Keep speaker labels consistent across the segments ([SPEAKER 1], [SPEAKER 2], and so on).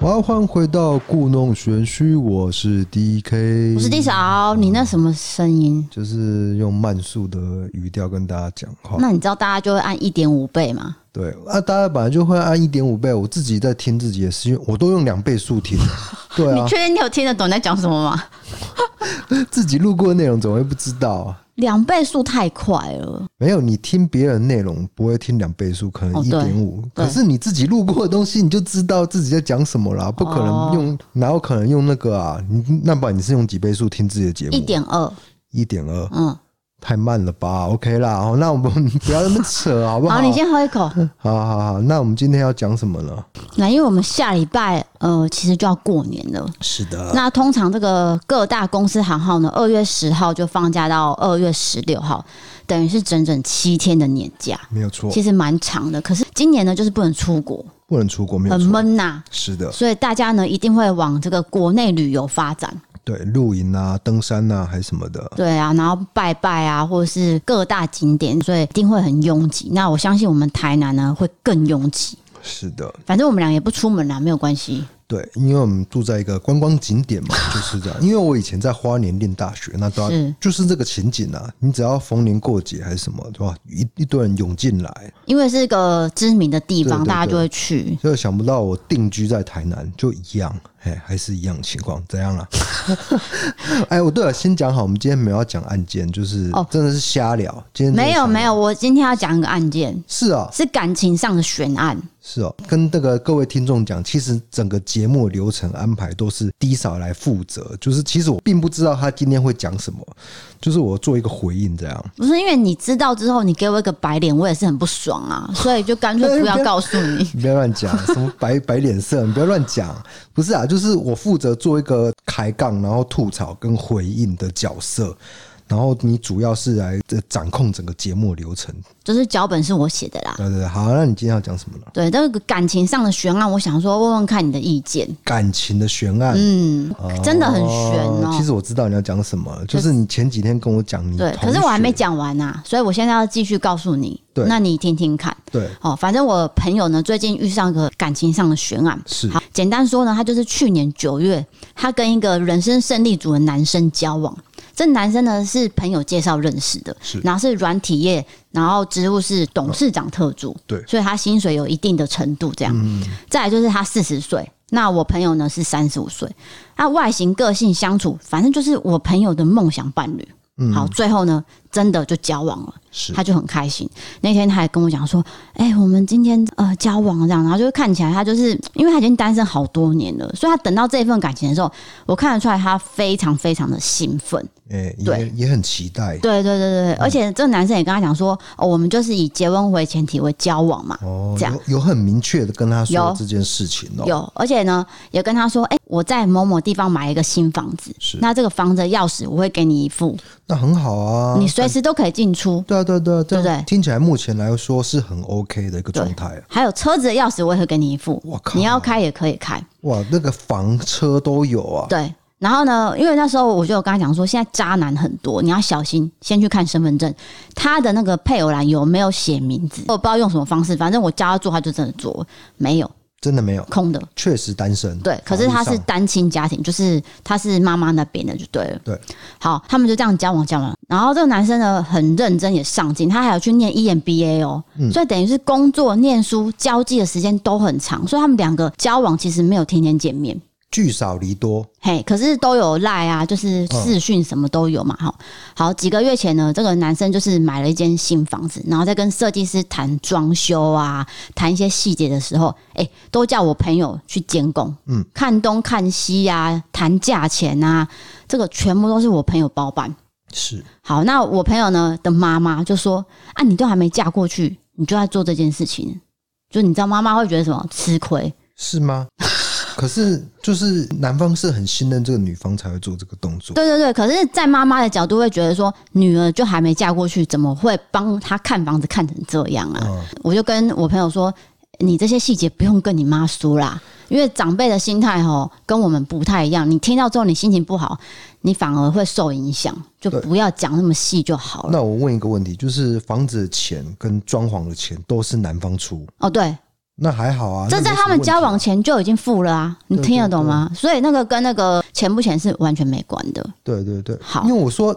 [SPEAKER 1] 召唤回到故弄玄虚，我是 D K，
[SPEAKER 2] 我是 D 嫂，你那什么声音？
[SPEAKER 1] 就是用慢速的语调跟大家讲话。
[SPEAKER 2] 那你知道大家就会按一点五倍吗？
[SPEAKER 1] 对啊，大家本来就会按一点五倍，我自己在听自己也是，我都用两倍速 听。对
[SPEAKER 2] 你
[SPEAKER 1] 啊，
[SPEAKER 2] 确定你有听得懂你在讲什么吗？
[SPEAKER 1] 自己录过的内容怎么会不知道啊？
[SPEAKER 2] 两倍速太快了，
[SPEAKER 1] 没有，你听别人内容不会听两倍速，可能
[SPEAKER 2] 哦
[SPEAKER 1] 一
[SPEAKER 2] 对
[SPEAKER 1] 点五，
[SPEAKER 2] 对
[SPEAKER 1] 可是你自己录过的东西，你就知道自己在讲什么啦，不可
[SPEAKER 2] 哦
[SPEAKER 1] 能用，哪有可能用那个啊？你那不然你是用几倍速听自己的节目？
[SPEAKER 2] 一点二，
[SPEAKER 1] 一点二，
[SPEAKER 2] 嗯。
[SPEAKER 1] 太慢了吧？OK 啦，好，那我们不要那么扯，好不好？
[SPEAKER 2] 好，你先喝 一口。
[SPEAKER 1] 好好好好，那我们今天要讲什么呢？
[SPEAKER 2] 那因为我们下礼拜呃，其实就要过年了。
[SPEAKER 1] 是的，
[SPEAKER 2] 那通常这个各大公司行号呢，二月十号就放假到二月十六号，等于是整整七天的年假，
[SPEAKER 1] 没有错，
[SPEAKER 2] 其实蛮长的。可是今年呢，就是不能出国，
[SPEAKER 1] 不能出国，没有
[SPEAKER 2] 很
[SPEAKER 1] 错，
[SPEAKER 2] 闷呐、
[SPEAKER 1] 是的，
[SPEAKER 2] 所以大家呢一定会往这个国内旅游发展，
[SPEAKER 1] 对，露营啊、登山啊，还什么的，
[SPEAKER 2] 对啊，然后拜拜啊，或者是各大景点，所以一定会很拥挤。那我相信我们台南呢会更拥挤，
[SPEAKER 1] 是的，
[SPEAKER 2] 反正我们俩也不出门啦，没有关系。
[SPEAKER 1] 对，因为我们住在一个观光景点 嘛，就是这样。因为我以前在花莲念大学，那都要
[SPEAKER 2] 是
[SPEAKER 1] 就是这个情景啊，你只要逢年过节还是什么，对吧？一一堆人涌进来，
[SPEAKER 2] 因为是个知名的地方，
[SPEAKER 1] 对对对
[SPEAKER 2] 大家就会去。
[SPEAKER 1] 就想不到我定居在台南就一样，哎，还是一样情况，怎样 啦？哎，我对了，先讲好，我们今天没有要讲案件，就是
[SPEAKER 2] 哦
[SPEAKER 1] 真的是瞎聊，今天真的
[SPEAKER 2] 没有
[SPEAKER 1] 瞎聊
[SPEAKER 2] 没有，我今天要讲一个案件，
[SPEAKER 1] 是啊，
[SPEAKER 2] 是感情上的悬案。
[SPEAKER 1] 是哦，跟那个各位听众讲，其实整个节目流程安排都是低嫂来负责，就是其实我并不知道他今天会讲什么，就是我做一个回应这样。
[SPEAKER 2] 不是因为你知道之后，你给我一个白脸，我也是很不爽 啊，所以就干脆不
[SPEAKER 1] 哎不
[SPEAKER 2] 要
[SPEAKER 1] 要
[SPEAKER 2] 告诉你。
[SPEAKER 1] 你不要乱 讲，什么白白脸色，你不要乱讲。不是啊，就是我负责做一个抬杠，然后吐槽跟回应的角色，然后你主要是来呃掌控整个节目流程。
[SPEAKER 2] 就是脚本是我写的啦，
[SPEAKER 1] 对对对，好，那你今天要讲什么呢？
[SPEAKER 2] 对，这个感情上的悬案，我想说问问看你的意见。
[SPEAKER 1] 感情的悬案，呃
[SPEAKER 2] 嗯，真的很悬哦。
[SPEAKER 1] 其实我知道你要讲什么，就是你前几天跟我讲你
[SPEAKER 2] 对，
[SPEAKER 1] 嗯同
[SPEAKER 2] 可是我还没
[SPEAKER 1] 学
[SPEAKER 2] 讲完呐、所以我现在要继续告诉你。
[SPEAKER 1] 对
[SPEAKER 2] 那你听听看。
[SPEAKER 1] 对，
[SPEAKER 2] 哦，反正我朋友呢最近遇上个感情上的悬案。
[SPEAKER 1] 是
[SPEAKER 2] 好，简单说呢，他就是去年九月，他跟一个人生胜利组的男生交往。这男生呢是朋友介绍认识的
[SPEAKER 1] 是，
[SPEAKER 2] 然后是软体业，然后职务是董事长特助，
[SPEAKER 1] 对嗯
[SPEAKER 2] 所以他薪水有一定的程度这样。再来就是他四十岁，那我朋友呢是三十五岁，那外形、个性、相处，反正就是我朋友的梦想伴侣。
[SPEAKER 1] 嗯
[SPEAKER 2] 好，最后呢，真的就交往了。
[SPEAKER 1] 是
[SPEAKER 2] 他就很开心。那天他还跟我讲说：“哎、我们今天呃交往了这样。”然后就看起来他就是因为他已经单身好多年了，所以他等到这份感情的时候，我看得出来他非常非常的兴奋。
[SPEAKER 1] 哎、
[SPEAKER 2] 对
[SPEAKER 1] 也也很期待
[SPEAKER 2] 对对对对，而且这个男生也跟他讲说：“哦，我们就是以结婚为前提为交往嘛。”
[SPEAKER 1] 哦，
[SPEAKER 2] 这样
[SPEAKER 1] 有有很明确的跟他说
[SPEAKER 2] 有
[SPEAKER 1] 这件事情哦，
[SPEAKER 2] 有，而且呢，也跟他说，哎、我在某某地方买一个新房子，
[SPEAKER 1] 是
[SPEAKER 2] 那这个房子的钥匙我会给你一副，
[SPEAKER 1] 那很好啊，
[SPEAKER 2] 你随时都可以进出。
[SPEAKER 1] 对啊对啊对啊，这
[SPEAKER 2] 对不
[SPEAKER 1] 样
[SPEAKER 2] 对
[SPEAKER 1] 听起来目前来说是很 OK 的一个
[SPEAKER 2] 对
[SPEAKER 1] 状态啊，
[SPEAKER 2] 还有车子的钥匙我也会给你一副
[SPEAKER 1] 我，靠
[SPEAKER 2] 你要开也可以开。
[SPEAKER 1] 哇，那个房车都有啊，
[SPEAKER 2] 对，然后呢，因为那时候我就有跟他讲说，现在渣男很多，你要小心，先去看身份证，他的那个配偶栏有没有写名字，我不知道用什么方式，反正我叫他做，他就真的做，没有
[SPEAKER 1] 真的没有，
[SPEAKER 2] 空的。
[SPEAKER 1] 确实单身，
[SPEAKER 2] 对，可是
[SPEAKER 1] 法
[SPEAKER 2] 他
[SPEAKER 1] 律上
[SPEAKER 2] 是单亲家庭，就是他是妈妈那边的，就对了。
[SPEAKER 1] 对，
[SPEAKER 2] 好，他们就这样交往交往，然后这个男生呢很认真也上进，他还有去念 EMBA 哦，
[SPEAKER 1] 嗯
[SPEAKER 2] 所以等于是工作、念书、交际的时间都很长，所以他们两个交往其实没有天天见面。
[SPEAKER 1] 聚少离多，
[SPEAKER 2] 嘿，可是都有赖啊，就是视讯什么都有嘛，哈、好，几个月前呢，这个男生就是买了一间新房子，然后在跟设计师谈装修啊，谈一些细节的时候，哎、都叫我朋友去监工，嗯，看东看西啊，谈价钱啊，这个全部都是我朋友包办。
[SPEAKER 1] 是
[SPEAKER 2] 好，那我朋友呢的妈妈就说：“啊，你都还没嫁过去，你就在做这件事情，就你知道妈妈会觉得什么吃亏，
[SPEAKER 1] 是吗？ 可是就是男方是很信任这个女方才会做这个动作，
[SPEAKER 2] 对对对，可是，在妈妈的角度会觉得说，女儿就还没嫁过去，怎么会帮她看房子看成这样啊？
[SPEAKER 1] 嗯
[SPEAKER 2] 我就跟我朋友说，你这些细节不用跟你妈说啦，因为长辈的心态哦跟我们不太一样，你听到之后你心情不好，你反而会受影响，就
[SPEAKER 1] 对
[SPEAKER 2] 不要讲那么细就好了。
[SPEAKER 1] 那我问一个问题，就是房子的钱跟装潢的钱都是男方出，
[SPEAKER 2] 哦，对，
[SPEAKER 1] 那还好啊。
[SPEAKER 2] 这
[SPEAKER 1] 那
[SPEAKER 2] 在
[SPEAKER 1] 没什么
[SPEAKER 2] 他们
[SPEAKER 1] 问题
[SPEAKER 2] 交往前就已经付了啊，你
[SPEAKER 1] 对
[SPEAKER 2] 听得
[SPEAKER 1] 对
[SPEAKER 2] 懂
[SPEAKER 1] 对
[SPEAKER 2] 吗？所以那个跟那个钱不钱是完全没关的。
[SPEAKER 1] 对对对，
[SPEAKER 2] 好
[SPEAKER 1] 因为我说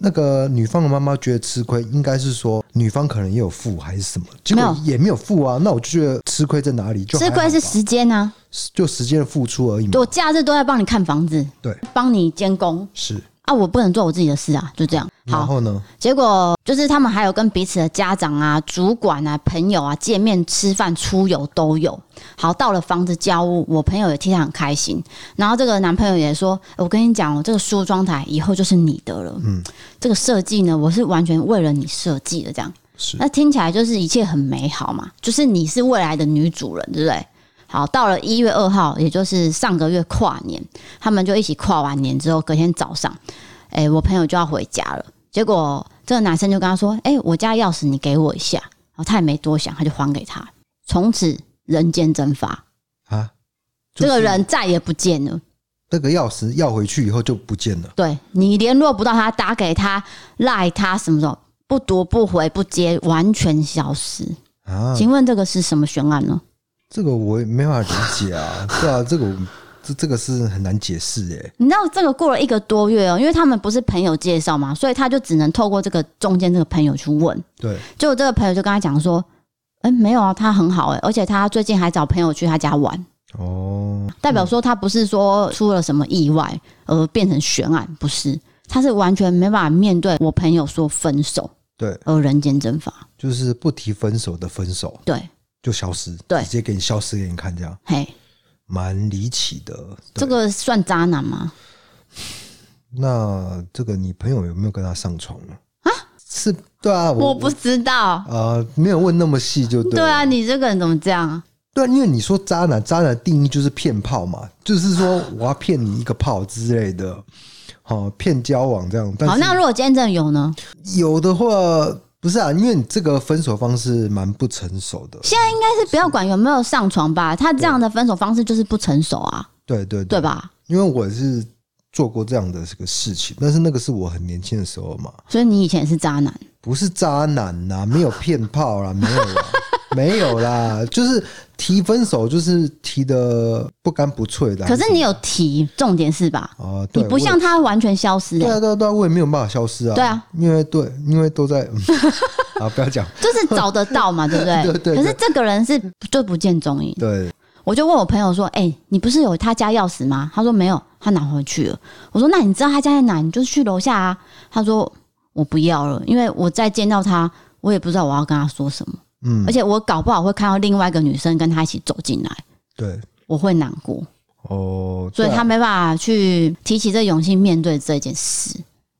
[SPEAKER 1] 那个女方的妈妈觉得吃亏，应该是说女方可能也有付还是什么，结
[SPEAKER 2] 没
[SPEAKER 1] 果
[SPEAKER 2] 有
[SPEAKER 1] 也没有付啊。那我就觉得吃亏在哪里？就还
[SPEAKER 2] 吃
[SPEAKER 1] 好吧嗯
[SPEAKER 2] 亏是时间啊，
[SPEAKER 1] 就时间的付出而已嘛。
[SPEAKER 2] 我假日都在帮你看房子，
[SPEAKER 1] 对，
[SPEAKER 2] 帮你监工
[SPEAKER 1] 是。
[SPEAKER 2] 啊，我不能做我自己的事啊，就这样。
[SPEAKER 1] 然
[SPEAKER 2] 好，
[SPEAKER 1] 后呢？
[SPEAKER 2] 结果就是他们还有跟彼此的家长啊、主管啊、朋友啊见面、吃饭、出游都有。好，到了房子交屋，我朋友也替他很开心。然后这个男朋友也说：“我跟你讲哦，这个梳妆台以后就是你的了。嗯，这个设计呢，我是完全为了你设计的。”这样，
[SPEAKER 1] 是
[SPEAKER 2] 那听起来就是一切很美好嘛，就是你是未来的女主人，对不对？好，到了一月二号，也就是上个月跨年，他们就一起跨完年之后，隔天早上，哎、我朋友就要回家了。结果这个男生就跟他说：“哎、我家钥匙你给我一下。”然后他也没多想，他就还给他。从此人间蒸发，
[SPEAKER 1] 啊，就是
[SPEAKER 2] 这个人再也不见了。
[SPEAKER 1] 那个钥匙要回去以后就不见了。
[SPEAKER 2] 对你联络不到他，打给他、赖他什么什么，不读不回不接，完全消失。
[SPEAKER 1] 啊，
[SPEAKER 2] 请问这个是什么悬案呢？
[SPEAKER 1] 这个我也没办法理解 啊，对啊，这个我这这个是很难解释诶、
[SPEAKER 2] 你知道这个过了一个多月哦，因为他们不是朋友介绍嘛，所以他就只能透过这个中间这个朋友去问。
[SPEAKER 1] 对，
[SPEAKER 2] 结果这个朋友就跟他讲说：“哎、没有啊，他很好哎、而且他最近还找朋友去他家玩，
[SPEAKER 1] 哦，
[SPEAKER 2] 代表说他不是说出了什么意外而变成悬案，不是，他是完全没办法面对我朋友说分手
[SPEAKER 1] 对，
[SPEAKER 2] 而人间蒸发。
[SPEAKER 1] 就是不提分手的分手
[SPEAKER 2] 对，
[SPEAKER 1] 就消失，
[SPEAKER 2] 对
[SPEAKER 1] 直接给你消失给你看，这样
[SPEAKER 2] 嘿，
[SPEAKER 1] 蛮离奇的。对
[SPEAKER 2] 这个算渣男吗？
[SPEAKER 1] 那这个你朋友有没有跟他上床呢？啊，是，对啊，我
[SPEAKER 2] 我不知道。
[SPEAKER 1] 呃没有问那么细就对
[SPEAKER 2] 对
[SPEAKER 1] 了
[SPEAKER 2] 啊，你这个人怎么这样啊？
[SPEAKER 1] 对啊，因为你说渣男，渣男的定义就是骗炮嘛，就是说我要骗你一个炮之类的，好、骗交往这样。但
[SPEAKER 2] 好，
[SPEAKER 1] 是
[SPEAKER 2] 那如果今天真的有呢？
[SPEAKER 1] 有的话不是啊，因为你这个分手方式蛮不成熟的。
[SPEAKER 2] 现在应该是不要管有没有上床吧，他这样的分手方式就是不成熟啊，
[SPEAKER 1] 对对对，
[SPEAKER 2] 对吧？
[SPEAKER 1] 因为我是做过这样的这个事情，但是那个是我很年轻的时候嘛，
[SPEAKER 2] 所以你以前也是渣男，
[SPEAKER 1] 不是渣男呐、没有骗炮啦，没有啦，没有啦， 就是提分手就是提的不干不脆的。
[SPEAKER 2] 可是你有提，重点是吧？
[SPEAKER 1] 啊、对，
[SPEAKER 2] 你不
[SPEAKER 1] 我
[SPEAKER 2] 像他完全消失、
[SPEAKER 1] 对
[SPEAKER 2] 欸，
[SPEAKER 1] 啊，对啊，对啊，我也没有办法消失啊。
[SPEAKER 2] 对啊，
[SPEAKER 1] 因为对，因为都在、 嗯、啊，不要讲。
[SPEAKER 2] 就是找得到嘛，对不对？
[SPEAKER 1] 对对对
[SPEAKER 2] 可是这个人是就不见踪影，
[SPEAKER 1] 对，
[SPEAKER 2] 我就问我朋友说：“哎、你不是有他家钥匙吗？”他说：“没有，他拿回去了。”我说：“那你知道他家在哪？你就去楼下啊。”他说：“我不要了，因为我再见到他，我也不知道我要跟他说什么，
[SPEAKER 1] 嗯
[SPEAKER 2] 而，且我搞不好会看到另外一个女生跟他一起走进来，
[SPEAKER 1] 对，
[SPEAKER 2] 我会难过。”
[SPEAKER 1] 哦，
[SPEAKER 2] 所以
[SPEAKER 1] 对啊
[SPEAKER 2] 他没办法去提起这勇气面对这件事。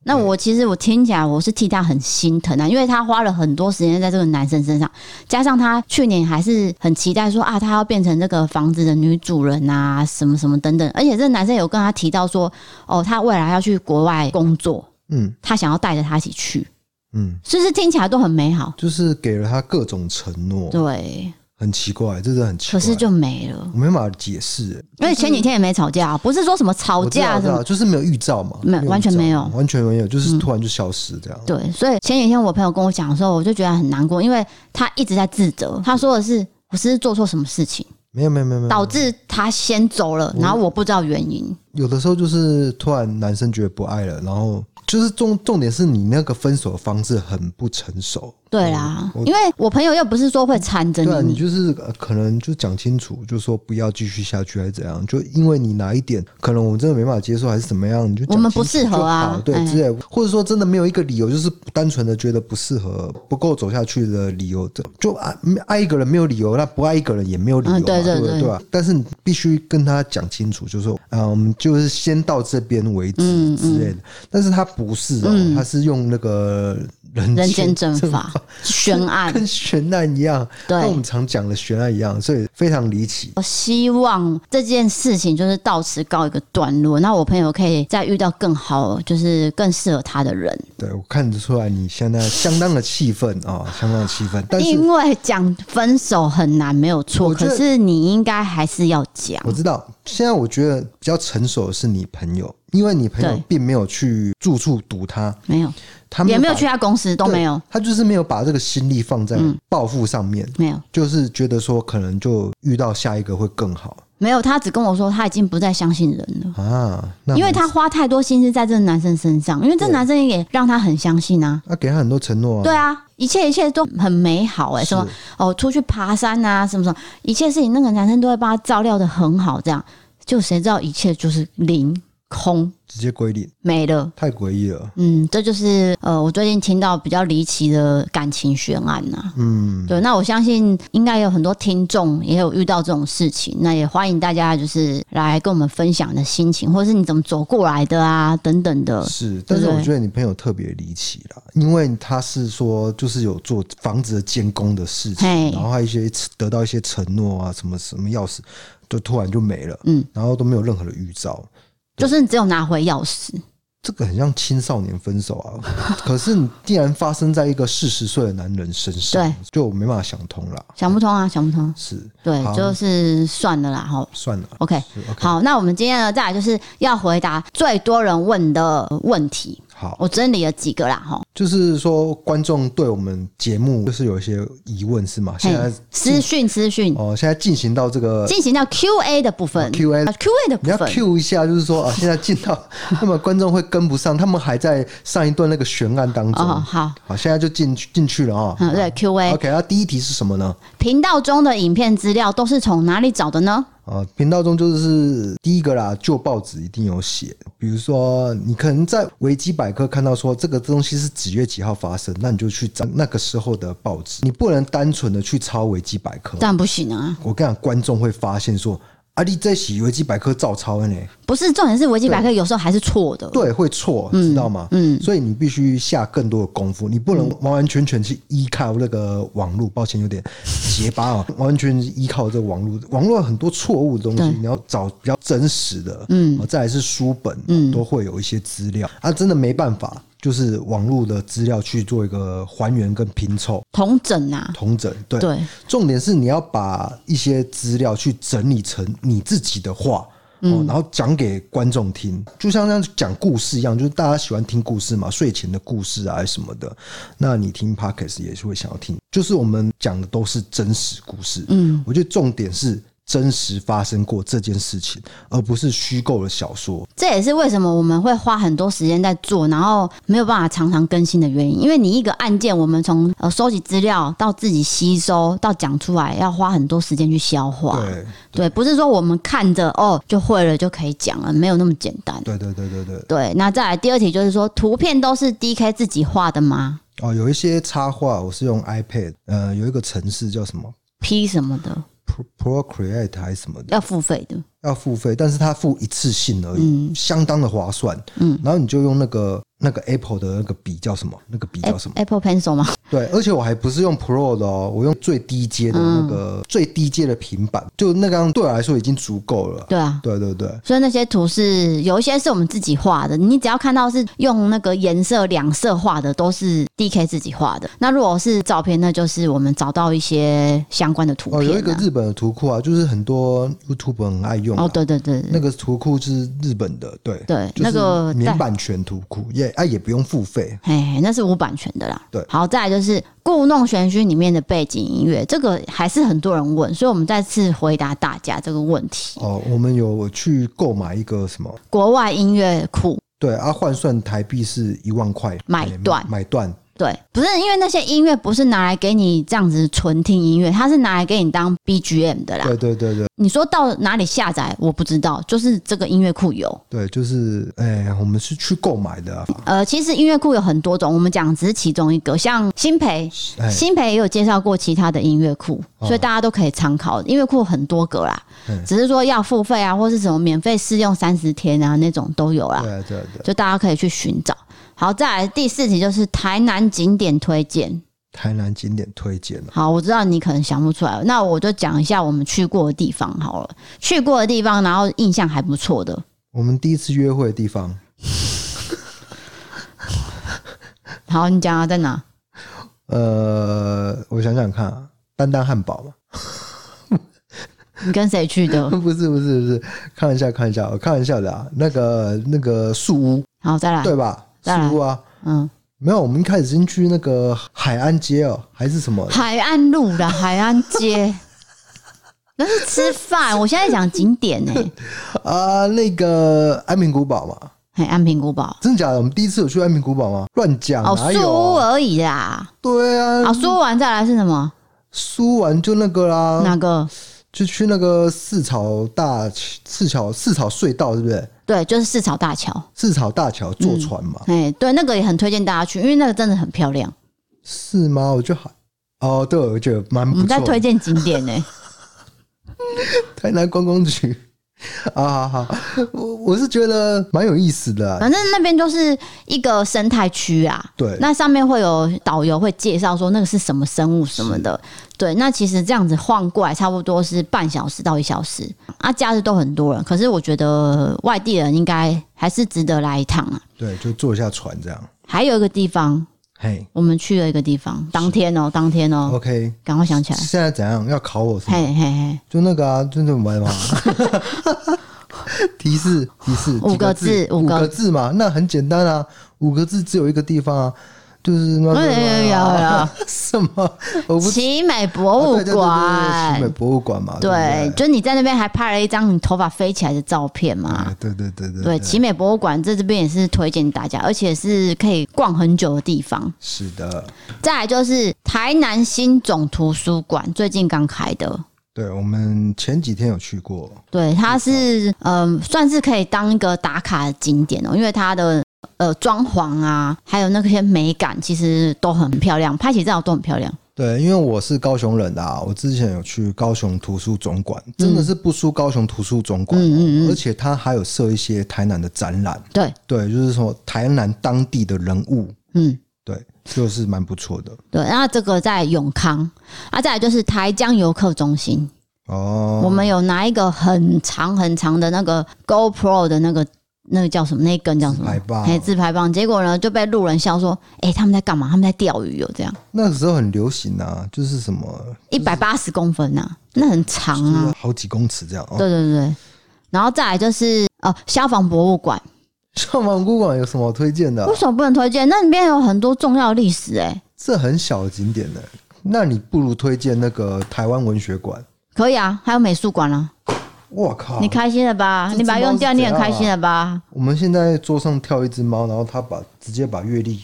[SPEAKER 2] 那
[SPEAKER 1] 嗯
[SPEAKER 2] 我其实我听起来我是替他很心疼啊，因为他花了很多时间在这个男生身上，加上他去年还是很期待说啊，他要变成这个房子的女主人啊，什么什么等等。而且这个男生有跟他提到说，哦，他未来要去国外工作，
[SPEAKER 1] 嗯
[SPEAKER 2] 他想要带着他一起去，
[SPEAKER 1] 嗯，
[SPEAKER 2] 是不是听起来都很美好？
[SPEAKER 1] 就是给了他各种承诺，
[SPEAKER 2] 对，
[SPEAKER 1] 很奇怪，真的很奇
[SPEAKER 2] 可
[SPEAKER 1] 怪。
[SPEAKER 2] 是就没了。
[SPEAKER 1] 我没办法解释、欸
[SPEAKER 2] 而且前几天也没吵架啊，不是说什么吵
[SPEAKER 1] 我知道
[SPEAKER 2] 架
[SPEAKER 1] 我知
[SPEAKER 2] 什
[SPEAKER 1] 道
[SPEAKER 2] 么
[SPEAKER 1] 就是没有预兆嘛，
[SPEAKER 2] 没有完全
[SPEAKER 1] 预兆
[SPEAKER 2] 没有嗯
[SPEAKER 1] 完全没有，就是突然就消失这样。
[SPEAKER 2] 对，所以前几天我朋友跟我讲的时候，我就觉得很难过，因为他一直在自
[SPEAKER 1] 嗯
[SPEAKER 2] 责，他说的是我是不是做错什么事情，
[SPEAKER 1] 没有没有没有没有，
[SPEAKER 2] 导致他先走了，然后我不知道原因。
[SPEAKER 1] 有的时候就是突然男生觉得不爱了，然后就是重重点是你那个分手的方式很不成熟。
[SPEAKER 2] 对啦，
[SPEAKER 1] 嗯我
[SPEAKER 2] 因为我朋友又不是说会缠着
[SPEAKER 1] 对啊，你
[SPEAKER 2] 你，
[SPEAKER 1] 就是呃可能就讲清楚，就说不要继续下去，还是怎样？就因为你哪一点可能我们真的没办法接受，还是怎么样？你就讲
[SPEAKER 2] 我们
[SPEAKER 1] 清
[SPEAKER 2] 不
[SPEAKER 1] 楚
[SPEAKER 2] 适合
[SPEAKER 1] 就
[SPEAKER 2] 啊
[SPEAKER 1] 好对，
[SPEAKER 2] 哎
[SPEAKER 1] 之类，或者说真的没有一个理由，就是单纯的觉得不适合，不够走下去的理由的，就爱爱一个人没有理由，那不爱一个人也没有理由嘛，
[SPEAKER 2] 嗯对对
[SPEAKER 1] 对不
[SPEAKER 2] 对
[SPEAKER 1] 对吧？啊但是你必须跟他讲清楚，就是说，嗯，我们就是先到这边为止
[SPEAKER 2] 嗯
[SPEAKER 1] 之类的。但是他不是哦，他是用那个人
[SPEAKER 2] 人间
[SPEAKER 1] 蒸
[SPEAKER 2] 蒸发、悬案。
[SPEAKER 1] 跟悬案一样，
[SPEAKER 2] 对
[SPEAKER 1] 跟我们常讲的悬案一样，所以非常离奇。
[SPEAKER 2] 我希望这件事情就是到此告一个段落，那我朋友可以再遇到更好，就是更适合他的人。
[SPEAKER 1] 对我看得出来，你现在相当的气愤啊，相当的气愤。但是
[SPEAKER 2] 因为讲分手很难，没有错，
[SPEAKER 1] 我觉
[SPEAKER 2] 可
[SPEAKER 1] 得
[SPEAKER 2] 是你应该还是要讲
[SPEAKER 1] 我。知道，现在我觉得比较成熟的是你朋友，因为你朋友
[SPEAKER 2] 对
[SPEAKER 1] 并没有去住处堵他，
[SPEAKER 2] 没有，
[SPEAKER 1] 他
[SPEAKER 2] 也没有
[SPEAKER 1] 把
[SPEAKER 2] 去他公司，都
[SPEAKER 1] 对
[SPEAKER 2] 没有，
[SPEAKER 1] 他就是没有把这个心力放在
[SPEAKER 2] 嗯
[SPEAKER 1] 报复上面，
[SPEAKER 2] 没有，
[SPEAKER 1] 就是觉得说可能就遇到下一个会更好
[SPEAKER 2] 没有。他只跟我说他已经不再相信人了。
[SPEAKER 1] 啊。那
[SPEAKER 2] 因为他花太多心思在这个男生身上，因为这
[SPEAKER 1] 对
[SPEAKER 2] 男生也让他很相信啊。
[SPEAKER 1] 他、给他很多承诺啊，
[SPEAKER 2] 对啊，一切一切都很美好哎、
[SPEAKER 1] 是
[SPEAKER 2] 什么哦，出去爬山啊，什么什么，一切事情那个男生都会帮他照料的很好，这样就谁知道一切就是零空
[SPEAKER 1] 直接归零，
[SPEAKER 2] 没了。
[SPEAKER 1] 太诡异了。
[SPEAKER 2] 嗯，这就是呃，我最近听到比较离奇的感情悬案啊呐、
[SPEAKER 1] 嗯，
[SPEAKER 2] 对，那我相信应该有很多听众也有遇到这种事情，那也欢迎大家就是来跟我们分享你的心情，或者是你怎么走过来的啊，等等的。
[SPEAKER 1] 是，但是
[SPEAKER 2] 对
[SPEAKER 1] 我觉得你朋友特别离奇啦，因为他是说就是有做房子的监工的事
[SPEAKER 2] 嘿
[SPEAKER 1] 情，然后还有一些得到一些承诺啊，什么什么钥匙，就突然就没了，
[SPEAKER 2] 嗯，
[SPEAKER 1] 然后都没有任何的预兆，
[SPEAKER 2] 就是你只有拿回钥匙，
[SPEAKER 1] 这个很像青少年分手啊。 可是你竟然发生在一个四十岁的男人身上，
[SPEAKER 2] 对，
[SPEAKER 1] 就没办法想通啦。
[SPEAKER 2] 想不通啊，想不通。
[SPEAKER 1] 是，
[SPEAKER 2] 对
[SPEAKER 1] 好，
[SPEAKER 2] 就是算了啦，哈。
[SPEAKER 1] 算了
[SPEAKER 2] OK，
[SPEAKER 1] 是，OK，
[SPEAKER 2] 好，那我们今天呢，再来就是要回答最多人问的问题，
[SPEAKER 1] 好，
[SPEAKER 2] 我整理了几个啦，哈。
[SPEAKER 1] 就是说观众对我们节目就是有一些疑问是吗？现在
[SPEAKER 2] 嘿，私讯私讯，
[SPEAKER 1] 哦，现在进行到这个
[SPEAKER 2] 进行到 Q&A 的部分
[SPEAKER 1] Q&A
[SPEAKER 2] 啊 Q&A 的
[SPEAKER 1] 你
[SPEAKER 2] 部
[SPEAKER 1] 要
[SPEAKER 2] 分，
[SPEAKER 1] Q 一下，就是说啊，现在进到那么观众会跟不上，他们还在上一段那个悬案当中。
[SPEAKER 2] 哦，好，
[SPEAKER 1] 好，现在就进去进去了啊、
[SPEAKER 2] 嗯，对 Q&A
[SPEAKER 1] OK，那第一题是什么呢？
[SPEAKER 2] 频道中的影片资料都是从哪里找的呢？
[SPEAKER 1] 啊，频道中就是第一个啦，旧报纸一定有写，比如说你可能在维基百科看到说这个东西是几月几号发生，那你就去找那个时候的报纸，你不能单纯的去抄维基百科。
[SPEAKER 2] 当然不行啊，
[SPEAKER 1] 我跟你讲，观众会发现说，啊，你在洗维基百科照抄的呢，
[SPEAKER 2] 不是重点是维基百科有时候还是错的，
[SPEAKER 1] 对，会错，知道吗？
[SPEAKER 2] 嗯，
[SPEAKER 1] 所以你必须下更多的功夫，你不能完完全全去依靠那个网络，抱歉有点结巴啊， 完完全全依靠这个网络，网络有很多错误的东西
[SPEAKER 2] 对，
[SPEAKER 1] 你要找比较真实的，
[SPEAKER 2] 嗯
[SPEAKER 1] 哦，再来是书本，都会有一些资料啊，真的没办法，就是网络的资料去做一个还原跟拼凑
[SPEAKER 2] 同整啊，
[SPEAKER 1] 同整，对，
[SPEAKER 2] 对，
[SPEAKER 1] 重点是你要把一些资料去整理成你自己的话。哦，然后讲给观众听，就像那样讲故事一样，就是大家喜欢听故事嘛，睡前的故事啊什么的。那你听 podcast 也是会想要听，就是我们讲的都是真实故事。
[SPEAKER 2] 嗯，
[SPEAKER 1] 我觉得重点是真实发生过这件事情，而不是虚构的小说。
[SPEAKER 2] 这也是为什么我们会花很多时间在做，然后没有办法常常更新的原因。因为你一个案件，我们从呃收集资料到自己吸收到讲出来，要花很多时间去消化。
[SPEAKER 1] 对，
[SPEAKER 2] 对，不是说我们看着哦就会了就可以讲了，没有那么简单。
[SPEAKER 1] 对，对，对，对，对。
[SPEAKER 2] 对，那再来第二题就是说，图片都是 D K 自己画的吗
[SPEAKER 1] 哦，有一些插画我是用 iPad，呃，有一个程式叫什么
[SPEAKER 2] ？P 什么的
[SPEAKER 1] Pro- Procreate 还是什么的。
[SPEAKER 2] 要付费的，
[SPEAKER 1] 要付费，但是它付一次性而已，
[SPEAKER 2] 嗯
[SPEAKER 1] 相当的划算。
[SPEAKER 2] 嗯
[SPEAKER 1] 然后你就用那个那个 Apple 的那个笔叫什么？那个笔叫什么？
[SPEAKER 2] Apple Pencil 吗？
[SPEAKER 1] 对，而且我还不是用 Pro 的哦，我用最低阶的那个、
[SPEAKER 2] 嗯
[SPEAKER 1] 最低阶的平板，就那个样对我来说已经足够了。
[SPEAKER 2] 对啊。
[SPEAKER 1] 对对对，
[SPEAKER 2] 所以那些图是有一些是我们自己画的，你只要看到是用那个颜色两色画的，都是 D K 自己画的。那如果是照片，那就是我们找到一些相关的图
[SPEAKER 1] 哦，
[SPEAKER 2] 片、啊。
[SPEAKER 1] 有一个日本的图库啊，就是很多 YouTube 很爱用、啊。
[SPEAKER 2] 哦，对对对对
[SPEAKER 1] 那个图库是日本的，对
[SPEAKER 2] 对
[SPEAKER 1] 就是
[SPEAKER 2] 那个
[SPEAKER 1] 免
[SPEAKER 2] 代
[SPEAKER 1] 版权图库也啊也不用付费，
[SPEAKER 2] 哎，那是无版权的啦。
[SPEAKER 1] 对
[SPEAKER 2] 好，再来就是《故弄玄虚》里面的背景音乐，这个还是很多人问，所以我们再次回答大家这个问题。
[SPEAKER 1] 哦，我们有去购买一个什么？
[SPEAKER 2] 国外音乐库，
[SPEAKER 1] 对啊，换算台币是一万块
[SPEAKER 2] 买
[SPEAKER 1] 哎
[SPEAKER 2] 断
[SPEAKER 1] 买断
[SPEAKER 2] 对，不是因为那些音乐不是拿来给你这样子纯听音乐，它是拿来给你当 BGM 的啦。
[SPEAKER 1] 对啊对对对
[SPEAKER 2] 你说到哪里下载我不知道，就是这个音乐库有。
[SPEAKER 1] 对，就是哎、我们是去购买的、啊，
[SPEAKER 2] 呃，其实音乐库有很多种，我们讲只是其中一个。像新培，
[SPEAKER 1] 哎、哦
[SPEAKER 2] 新培也有介绍过其他的音乐库，所以大家都可以参考。音乐库很多个啦
[SPEAKER 1] 嗯，
[SPEAKER 2] 只是说要付费啊，或是什么免费试用三十天啊那种都有啦，
[SPEAKER 1] 对啊对啊对啊，
[SPEAKER 2] 就大家可以去寻找。好，再来第四题就是台南景点推荐。
[SPEAKER 1] 台南景点推荐了、
[SPEAKER 2] 好，我知道你可能想不出来，那我就讲一下我们去过的地方好了。去过的地方，然后印象还不错的，
[SPEAKER 1] 我们第一次约会的地方，
[SPEAKER 2] 好，你讲啊，在哪？
[SPEAKER 1] 呃，我想想看、啊，丹丹汉堡嘛，
[SPEAKER 2] 你跟谁去的？
[SPEAKER 1] 不是不是不是，开玩笑开玩笑，我开玩笑的啊。那个那个树屋
[SPEAKER 2] 好，再来。
[SPEAKER 1] 啊对吧？树
[SPEAKER 2] 再来
[SPEAKER 1] 屋啊，
[SPEAKER 2] 嗯，
[SPEAKER 1] 没有，我们一开始先去那个海岸街哦，还是什么？
[SPEAKER 2] 海岸路啦，海岸街。 那是吃饭，我现在讲景点呢、
[SPEAKER 1] 啊、那个安平古堡嘛，
[SPEAKER 2] 海岸平古堡
[SPEAKER 1] 真的假的？我们第一次有去安平古堡吗？乱讲，
[SPEAKER 2] 哦，
[SPEAKER 1] 哪
[SPEAKER 2] 树屋
[SPEAKER 1] 有、啊？
[SPEAKER 2] 而已啦。
[SPEAKER 1] 对啊
[SPEAKER 2] 哦，，说完再来是什么？
[SPEAKER 1] 输完就那个啦，
[SPEAKER 2] 哪个？
[SPEAKER 1] 就去那个四草大四桥四草隧道，对不对？
[SPEAKER 2] 对，就是四草大桥。
[SPEAKER 1] 四草大桥坐船嘛，
[SPEAKER 2] 哎，对，那个也很推荐大家去，因为那个真的很漂亮。
[SPEAKER 1] 是吗？我就还哦，对，我觉得蛮
[SPEAKER 2] 我
[SPEAKER 1] 不
[SPEAKER 2] 们在
[SPEAKER 1] 错
[SPEAKER 2] 嗯推
[SPEAKER 1] 的。
[SPEAKER 2] 荐景点呢、
[SPEAKER 1] 台南观光局 啊，好好，我我是觉得蛮有意思的啊、
[SPEAKER 2] 反正那边就是一个生态区啊。
[SPEAKER 1] 对
[SPEAKER 2] 嗯那上面会有导游会介绍说那个是什么生物什么的。对，那其实这样子晃过来差不多是半小时到一小时啊，假日都很多人，可是我觉得外地人应该还是值得来一趟啊。
[SPEAKER 1] 对，就坐一下船这样。
[SPEAKER 2] 还有一个地方，
[SPEAKER 1] 嘿
[SPEAKER 2] 我们去了一个地方，当天哦、当天哦、
[SPEAKER 1] ，OK，
[SPEAKER 2] 赶快想起来，
[SPEAKER 1] 现在怎样？要考我是吗？
[SPEAKER 2] 嘿嘿嘿，
[SPEAKER 1] 就那个啊，就那玩嘛。 提示提示，
[SPEAKER 2] 五
[SPEAKER 1] 几
[SPEAKER 2] 个
[SPEAKER 1] 个
[SPEAKER 2] 字五
[SPEAKER 1] 五
[SPEAKER 2] 个
[SPEAKER 1] 个字嘛，那很简单啊，五个字只有一个地方啊，就是那
[SPEAKER 2] 哎呀
[SPEAKER 1] 个
[SPEAKER 2] 呀呀
[SPEAKER 1] 什么，我不
[SPEAKER 2] 奇美博
[SPEAKER 1] 啊
[SPEAKER 2] 物
[SPEAKER 1] 对对对对对
[SPEAKER 2] 馆
[SPEAKER 1] 奇美。博物馆嘛，
[SPEAKER 2] 对，
[SPEAKER 1] 不
[SPEAKER 2] 就你在那边还拍了一张你头发飞起来的照片嘛。
[SPEAKER 1] 哎对对对对
[SPEAKER 2] 对，奇美博物馆在这边也是推荐大家，而且是可以逛很久的地方。
[SPEAKER 1] 是的，
[SPEAKER 2] 再来就是台南新总图书馆，最近刚开的。
[SPEAKER 1] 对我们前几天有去过，
[SPEAKER 2] 对，它是嗯、算是可以当一个打卡的景点哦、因为它的呃装潢啊，还有那些美感，其实都很漂亮，拍起照都很漂亮。
[SPEAKER 1] 对，因为我是高雄人啊，我之前有去高雄图书总馆，真的是不输高雄图书总馆哦、
[SPEAKER 2] 嗯嗯嗯嗯
[SPEAKER 1] 而且它还有设一些台南的展览，
[SPEAKER 2] 对，
[SPEAKER 1] 对，就是说台南当地的人物，
[SPEAKER 2] 嗯。
[SPEAKER 1] 对，就是蛮不错的
[SPEAKER 2] 对，那这个在永康，啊，再来就是台江游客中心，
[SPEAKER 1] 哦。
[SPEAKER 2] 我们有拿一个很长很长的那个 GoPro 的那个那个叫什么？那一根叫什么？
[SPEAKER 1] 自拍棒
[SPEAKER 2] 嘿自拍棒。结果呢，就被路人笑说：“哎、他们在干嘛？他们在钓鱼哦。”这样
[SPEAKER 1] 那个时候很流行啊，就是什么，
[SPEAKER 2] 一百八十公分呐、那很长
[SPEAKER 1] 就
[SPEAKER 2] 啊
[SPEAKER 1] 是。好几公尺这样哦。
[SPEAKER 2] 对对对，然后再来就是哦，消防博物馆
[SPEAKER 1] 消防孤馆有什么推荐的啊、
[SPEAKER 2] 为什么不能推荐？那里面有很多重要的历史哎、
[SPEAKER 1] 这很小的景点呢、那你不如推荐那个台湾文学馆。
[SPEAKER 2] 可以啊，还有美术馆啊，
[SPEAKER 1] 我靠！
[SPEAKER 2] 你开心了吧？
[SPEAKER 1] 哦这
[SPEAKER 2] 你把它用
[SPEAKER 1] 这
[SPEAKER 2] 掉，你
[SPEAKER 1] 猫是
[SPEAKER 2] 很
[SPEAKER 1] 怎样啊
[SPEAKER 2] 开心了吧？
[SPEAKER 1] 我们现在桌上跳一只猫，然后它把直接把阅 历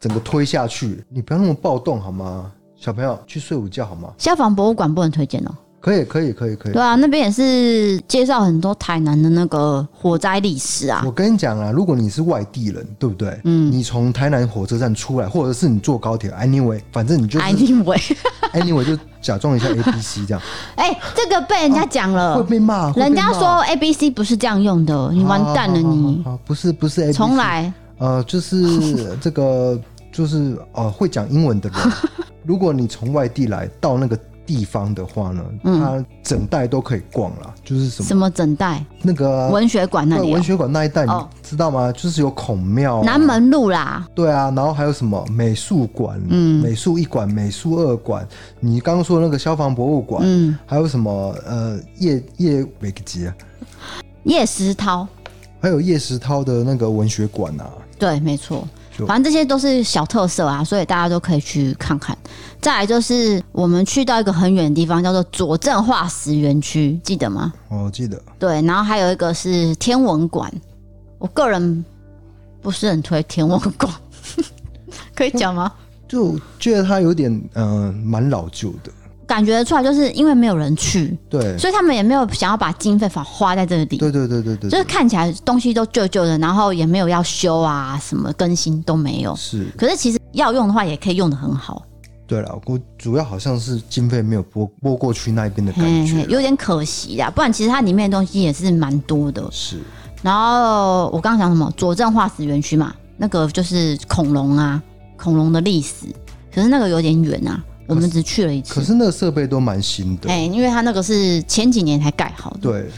[SPEAKER 1] 整个推下去，你不要那么暴动好吗？小朋友去睡午觉好吗？
[SPEAKER 2] 消防博物馆不能推荐哦。
[SPEAKER 1] 可以，可以，可以，可以
[SPEAKER 2] 对。啊，那边也是介绍很多台南的那个火灾历史啊。
[SPEAKER 1] 我跟你讲啊，如果你是外地人，对不对？嗯，你从台南火车站出来，或者是你坐高铁，anyway，反正你就是
[SPEAKER 2] Anyway，
[SPEAKER 1] anyway 就假装一下 A B C 这样，
[SPEAKER 2] 哎、这个被人家讲了，
[SPEAKER 1] 会被骂。啊会被骂
[SPEAKER 2] 人家说 A B C 不是这样用的，哦你完蛋了
[SPEAKER 1] 好好好
[SPEAKER 2] 你，
[SPEAKER 1] 好好不是不是 A B C，
[SPEAKER 2] 重来。
[SPEAKER 1] 呃，就是这个，就是呃，会讲英文的人，如果你从外地来到那个地方的话呢，它整带都可以逛啦，就是什么
[SPEAKER 2] 什么整带
[SPEAKER 1] 那个
[SPEAKER 2] 文学馆那
[SPEAKER 1] 对
[SPEAKER 2] 里、
[SPEAKER 1] 文
[SPEAKER 2] 哦，
[SPEAKER 1] 学馆那一带，你
[SPEAKER 2] 哦
[SPEAKER 1] 知道吗？就是有孔庙、
[SPEAKER 2] 南。门路啦，
[SPEAKER 1] 对啊，然后还有什么美术馆、
[SPEAKER 2] 嗯
[SPEAKER 1] 美术一馆、美术二馆，你刚刚说的那个消防博物馆，
[SPEAKER 2] 嗯，
[SPEAKER 1] 还有什么呃叶叶维克吉啊，
[SPEAKER 2] 叶石涛，
[SPEAKER 1] 还有叶石涛的那个文学馆啊，
[SPEAKER 2] 对，没错
[SPEAKER 1] 就，
[SPEAKER 2] 反正这些都是小特色啊，所以大家都可以去看看。再来就是我们去到一个很远的地方，叫做左镇化石园区，记得吗？
[SPEAKER 1] 哦我记得
[SPEAKER 2] 对，然后还有一个是天文馆，我个人不是很推天文馆， 可以讲吗？
[SPEAKER 1] 就觉得它有点嗯、呃蛮老旧的，
[SPEAKER 2] 感觉出来，就是因为没有人去，
[SPEAKER 1] 对，
[SPEAKER 2] 所以他们也没有想要把经费法花在这里，
[SPEAKER 1] 对对对对对，
[SPEAKER 2] 就是看起来东西都旧旧的，然后也没有要修啊，什么更新都没有。
[SPEAKER 1] 是
[SPEAKER 2] 可是其实要用的话，也可以用的很好，
[SPEAKER 1] 对了，我主要好像是经费没有拨拨过去那一边的感
[SPEAKER 2] 嘿
[SPEAKER 1] 觉
[SPEAKER 2] 嘿，
[SPEAKER 1] 啦，
[SPEAKER 2] 嗯有点可惜啦。不然其实它里面的东西也是蛮多的。
[SPEAKER 1] 是
[SPEAKER 2] 然后我刚刚讲什么？佐证化石园区嘛，那个就是恐龙啊，恐龙的历史。可是那个有点远啊，我们只去了一
[SPEAKER 1] 可
[SPEAKER 2] 次。
[SPEAKER 1] 是那个设备都蛮新的，
[SPEAKER 2] 哎、因为它那个是前几年才盖好的。
[SPEAKER 1] 对，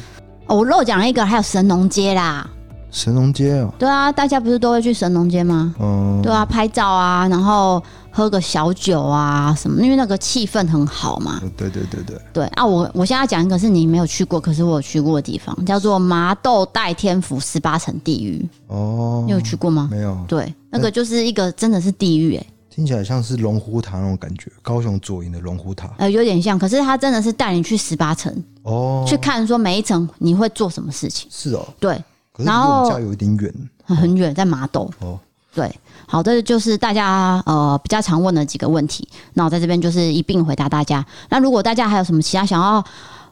[SPEAKER 2] 哦，我漏讲了一个，还有神农街啦。
[SPEAKER 1] 神农街哦，
[SPEAKER 2] 对啊，大家不是都会去神农街吗？
[SPEAKER 1] 嗯，
[SPEAKER 2] 对啊，拍照啊，然后喝个小酒啊什么，因为那个气氛很好嘛。
[SPEAKER 1] 对对对对，
[SPEAKER 2] 对啊，我我现在讲一个是你没有去过，可是我有去过的地方，叫做麻豆代天府十八层地狱，
[SPEAKER 1] 哦
[SPEAKER 2] 你，有去过吗？
[SPEAKER 1] 没有，
[SPEAKER 2] 对，那个就是一个真的是地狱哎、
[SPEAKER 1] 听起来像是龙虎塔那种感觉，高雄左营的龙虎塔
[SPEAKER 2] 呃，有点像，可是它真的是带你去十八层
[SPEAKER 1] 哦，
[SPEAKER 2] 去看，说每一层你会做什么事情。
[SPEAKER 1] 是哦，
[SPEAKER 2] 对，
[SPEAKER 1] 可是离
[SPEAKER 2] 然后
[SPEAKER 1] 我们家有一点远
[SPEAKER 2] 很很远，在麻豆。
[SPEAKER 1] 哦，
[SPEAKER 2] 对，好，这就是大家呃比较常问的几个问题。那我在这边就是一并回答大家。那如果大家还有什么其他想要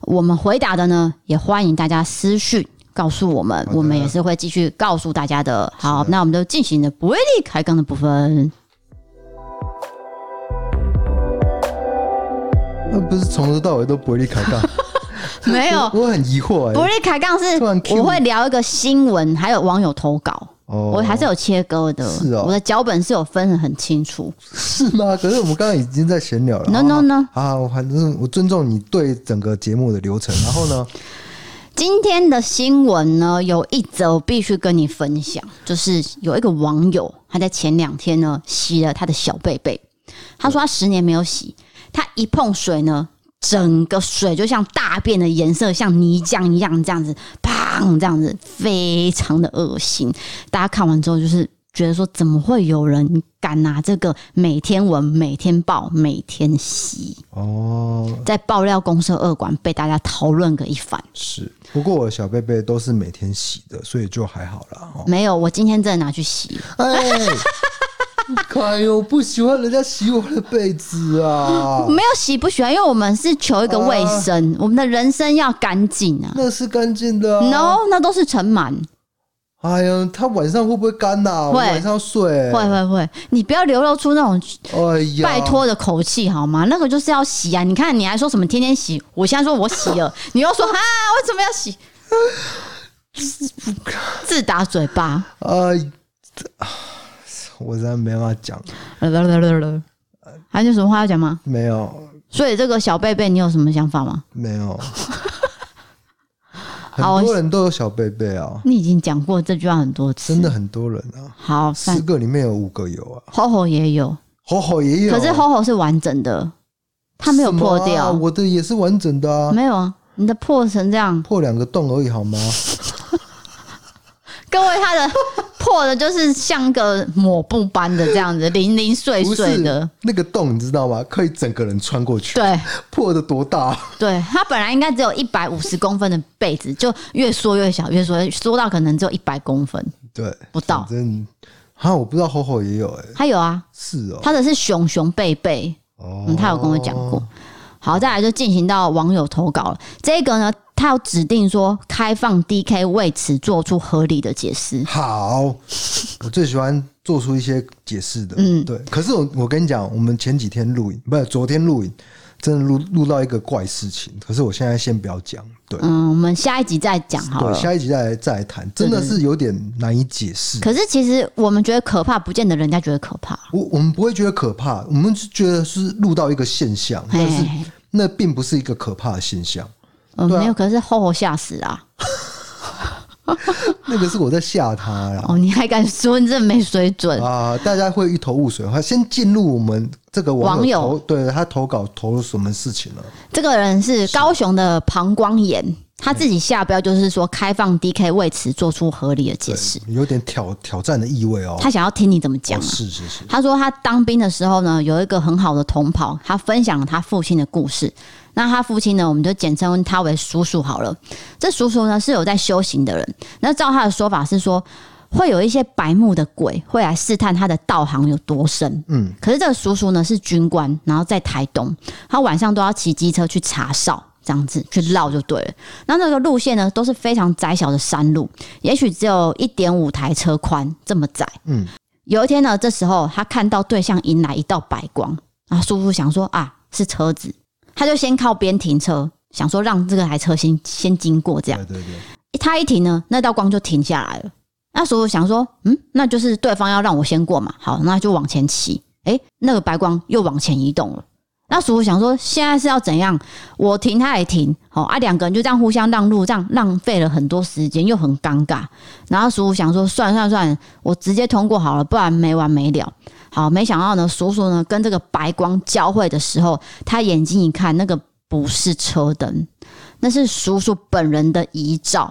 [SPEAKER 2] 我们回答的呢，也欢迎大家私讯告诉我们，
[SPEAKER 1] 好的
[SPEAKER 2] 我们也是会继续告诉大家的。好，那我们就进行的不为力开杠的部 分。
[SPEAKER 1] 那不是从头到尾都不会立开杠，
[SPEAKER 2] 没有，
[SPEAKER 1] 我很疑惑哎、
[SPEAKER 2] 不为力开杠是
[SPEAKER 1] 突然 cue
[SPEAKER 2] 我会聊一个新闻，还有网友投稿。
[SPEAKER 1] 哦
[SPEAKER 2] 我还是有切割的，
[SPEAKER 1] 是哦
[SPEAKER 2] 我的脚本是有分得很清楚。
[SPEAKER 1] 是吗？可是我们刚刚已经在闲聊了
[SPEAKER 2] No,
[SPEAKER 1] 好
[SPEAKER 2] no, no
[SPEAKER 1] 好好，我反正我尊重你对整个节目的流程，然后 呢，
[SPEAKER 2] 今天的新闻呢，有一则我必须跟你分享，就是有一个网友，他在前两天呢洗了他的小贝贝，他说他十年没有洗，他一碰水呢，整个水就像大便的颜色，像泥浆一样这样子，砰这样子，非常的恶心。大家看完之后就是。觉得说怎么会有人敢拿这个每天闻、每天抱、每天洗，
[SPEAKER 1] 哦，
[SPEAKER 2] 在爆料公社二馆被大家讨论个一番。
[SPEAKER 1] 是，不过我的小贝贝都是每天洗的，所以就还好啦。 哦，
[SPEAKER 2] 没有，我今天真的拿去洗了。
[SPEAKER 1] 哎，哎呦，我不喜欢人家洗我的被子 啊，
[SPEAKER 2] 没有洗不喜欢，因为我们是求一个卫
[SPEAKER 1] 哦
[SPEAKER 2] 生，我们的人生要干净啊。
[SPEAKER 1] 那是干净的、啊。
[SPEAKER 2] No，那都是尘螨，
[SPEAKER 1] 哎呀，它晚上会不会干呐、我
[SPEAKER 2] 会
[SPEAKER 1] 晚上要睡、
[SPEAKER 2] 会会会，你不要流露出那种
[SPEAKER 1] 哎呀，
[SPEAKER 2] 拜托的口气好吗？那个就是要洗啊！你看你还说什么天天洗，我现在说我洗了，你又说啊为什么要 洗？自打嘴巴，
[SPEAKER 1] 哎，这啊我真的没办法讲，
[SPEAKER 2] 还有什么话要讲吗？
[SPEAKER 1] 没有，
[SPEAKER 2] 所以这个小贝贝，你有什么想法吗？
[SPEAKER 1] 没有。
[SPEAKER 2] 好
[SPEAKER 1] 很多人都有小贝贝啊，
[SPEAKER 2] 你已经讲过这句话很多次，
[SPEAKER 1] 真的很多人啊，
[SPEAKER 2] 好，
[SPEAKER 1] 十
[SPEAKER 2] 但
[SPEAKER 1] 个里面有五个有啊，
[SPEAKER 2] 吼吼也有，
[SPEAKER 1] 吼吼也有，
[SPEAKER 2] 可是 HOHO 是完整的，它没有破
[SPEAKER 1] 什么
[SPEAKER 2] 掉，
[SPEAKER 1] 啊我的也是完整的啊，
[SPEAKER 2] 没有啊，你的破成这样，
[SPEAKER 1] 破两个洞而已好吗？
[SPEAKER 2] 各位它的 破的就是像个抹布般的这样子，零零碎
[SPEAKER 1] 不
[SPEAKER 2] 碎
[SPEAKER 1] 是
[SPEAKER 2] 的，
[SPEAKER 1] 那个洞，你知道吗？可以整个人穿过去，
[SPEAKER 2] 对
[SPEAKER 1] 破的多大？
[SPEAKER 2] 对，它本来应该只有一百五十公分的被子，就越缩越小，越缩越缩到可能只有一百公分
[SPEAKER 1] 对，
[SPEAKER 2] 不到
[SPEAKER 1] 反。正啊，我不知道吼吼也有哎、
[SPEAKER 2] 它有啊，
[SPEAKER 1] 是哦，
[SPEAKER 2] 它的是熊熊贝贝，
[SPEAKER 1] 哦
[SPEAKER 2] 嗯，他有跟我讲过。好，再来就进行到网友投稿了。这个呢，他要指定说开放 DK 为此做出合理的解释。
[SPEAKER 1] 好，我最喜欢做出一些解释的。
[SPEAKER 2] 嗯
[SPEAKER 1] 嗯，对。可是我我跟你讲，我们前几天录影，不是昨天录影，真的录录到一个怪事情。可是我现在先不要讲，对、
[SPEAKER 2] 嗯，我们下一集再讲好
[SPEAKER 1] 对，啊
[SPEAKER 2] 了。
[SPEAKER 1] 下一集再来再来谈，真的是有点难以解释。
[SPEAKER 2] 可是其实我们觉得可怕，不见得人家觉得可怕。
[SPEAKER 1] 我我们不会觉得可怕，我们是觉得是录到一个现象，
[SPEAKER 2] 嘿
[SPEAKER 1] 但
[SPEAKER 2] 嘿
[SPEAKER 1] 是
[SPEAKER 2] 嘿
[SPEAKER 1] 那并不是一个可怕的现象，
[SPEAKER 2] 嗯，
[SPEAKER 1] 对啊
[SPEAKER 2] 没有，可是吼吼吓死啊！
[SPEAKER 1] 那个是我在吓他啦。
[SPEAKER 2] 哦，你还敢说你这没水准？
[SPEAKER 1] 啊、大家会一头雾水。先进入我们这个网
[SPEAKER 2] 网友
[SPEAKER 1] 友投，对他投稿投了什么事情了？
[SPEAKER 2] 这个人是高雄的膀胱炎，他自己下标就是说开放 DK 为此做出合理的解释，
[SPEAKER 1] 有点挑挑战的意味哦。
[SPEAKER 2] 他想要听你怎么讲
[SPEAKER 1] 哦
[SPEAKER 2] 啊。
[SPEAKER 1] 是是是，
[SPEAKER 2] 他说他当兵的时候呢，有一个很好的同袍，他分享了他父亲的故事。那他父亲呢，我们就简称他为叔叔好了。这叔叔呢是有在修行的人，那照他的说法是说，会有一些白目的鬼会来试探他的道行有多深。
[SPEAKER 1] 嗯，
[SPEAKER 2] 可是这个叔叔呢是军官，然后在台东，他晚上都要骑机车去查哨。这样子去绕就对了。那那个路线呢，都是非常窄小的山路，也许只有一点五台车宽，这么窄。
[SPEAKER 1] 嗯
[SPEAKER 2] 有一天呢，这时候他看到对象迎来一道白光，啊，叔叔想说啊是车子，他就先靠边停车，想说让这个台车先先经过这样
[SPEAKER 1] 对。对对，
[SPEAKER 2] 他一停呢，那道光就停下来了。那叔叔想说，嗯，那就是对方要让我先过嘛，好，那就往前骑。诶，那个白光又往前移动了。那叔叔想说，现在是要怎样？我停，他也停，好啊，两个人就这样互相让路，这样浪费了很多时间，又很尴尬。然后叔叔想说，算了算了算了，我直接通过好了，不然没完没了。好，没想到呢，叔叔呢跟这个白光交汇的时候，他眼睛一看，那个不是车灯，那是叔叔本人的遗照。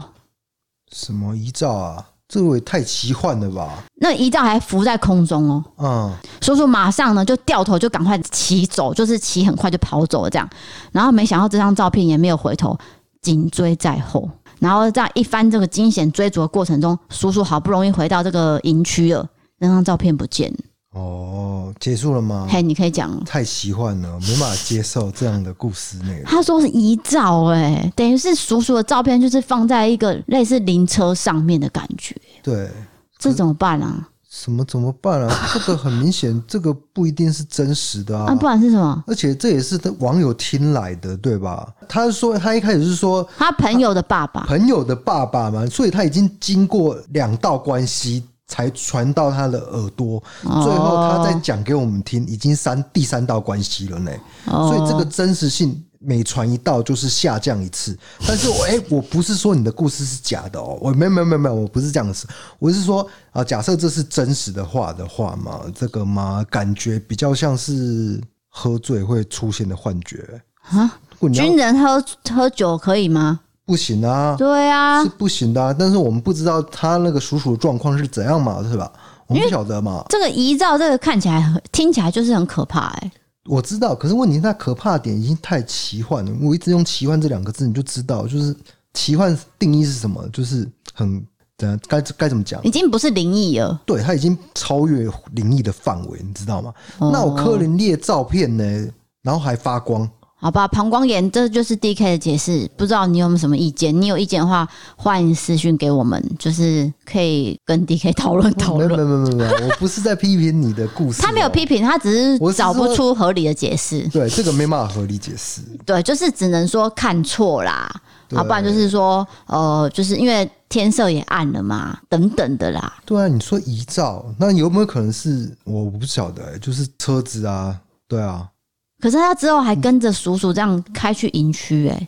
[SPEAKER 1] 什么遗照啊？这个也太奇幻了吧？
[SPEAKER 2] 那遗照还浮在空中哦，
[SPEAKER 1] 嗯，
[SPEAKER 2] 叔叔马上呢就掉头就赶快骑走，就是骑很快就跑走了这样。然后没想到这张照片也没有回头，紧追在后。然后这样一番这个惊险追逐的过程中，叔叔好不容易回到这个营区了，那张照片不见了。
[SPEAKER 1] 哦，结束了吗？
[SPEAKER 2] 嘿，你可以讲了。
[SPEAKER 1] 太奇幻了，没办法接受这样的故事内 容。
[SPEAKER 2] 他说是遗照、哎，等于是叔叔的照片，就是放在一个类似灵车上面的感觉，
[SPEAKER 1] 对，
[SPEAKER 2] 这怎么办啊？
[SPEAKER 1] 什么怎么办啊？这个很明显， 这个不一定是真实的
[SPEAKER 2] 啊，不然是什么？
[SPEAKER 1] 而且这也是网友听来的，对吧？他说他一开始是说
[SPEAKER 2] 他朋友的爸爸，
[SPEAKER 1] 朋友的爸爸嘛，所以他已经经过两道关系才传到他的耳朵，最后他再讲给我们听，已经三第三道关系了呢。
[SPEAKER 2] 哦
[SPEAKER 1] 所以这个真实性每传一道就是下降一次。但是我哎、我不是说你的故事是假的哦，我没有没有没有没有，我不是这样子，我是说啊，假设这是真实的话的话嘛，这个嘛感觉比较像是喝醉会出现的幻觉
[SPEAKER 2] 啊。
[SPEAKER 1] 如果你要
[SPEAKER 2] 军人喝喝酒可以吗？
[SPEAKER 1] 不行啊，
[SPEAKER 2] 对啊
[SPEAKER 1] 是，不行的啊、但是我们不知道他那个属鼠的状况是怎样嘛，是吧？我们不晓得嘛。
[SPEAKER 2] 这个遗照，这个看起来很听起来就是很可怕哎、
[SPEAKER 1] 我知道，可是问题是它可怕的点已经太奇幻了。我一直用“奇幻”这两个字，你就知道，就是奇幻定义是什么，就是很怎样该该怎么讲
[SPEAKER 2] 已？经不是灵异了。
[SPEAKER 1] 对，它已经超越灵异的范围，你知道吗？
[SPEAKER 2] 哦
[SPEAKER 1] 那我柯林列照片呢，然后还发光，
[SPEAKER 2] 好吧，膀胱炎，这就是 D K 的解释。不知道你有没有什么意见？你有意见的话，欢迎私讯给我们，就是可以跟 D K 讨论讨
[SPEAKER 1] 没有没
[SPEAKER 2] 论。
[SPEAKER 1] 有没有没有没有，我不是在批评你的故事哦、
[SPEAKER 2] 他没有批评，他只
[SPEAKER 1] 我
[SPEAKER 2] 是
[SPEAKER 1] 是说
[SPEAKER 2] 找不出合理的解释。
[SPEAKER 1] 对这个没办法合理解释。
[SPEAKER 2] 对，就是只能说看错啦，
[SPEAKER 1] 对
[SPEAKER 2] 好，不然就是说，呃，就是因为天色也暗了嘛，等等的啦。
[SPEAKER 1] 对啊，你说遗照，那有没有可能是我不晓得欸、就是车子啊，对啊。
[SPEAKER 2] 可是他之后还跟着叔叔这样开去营区、欸，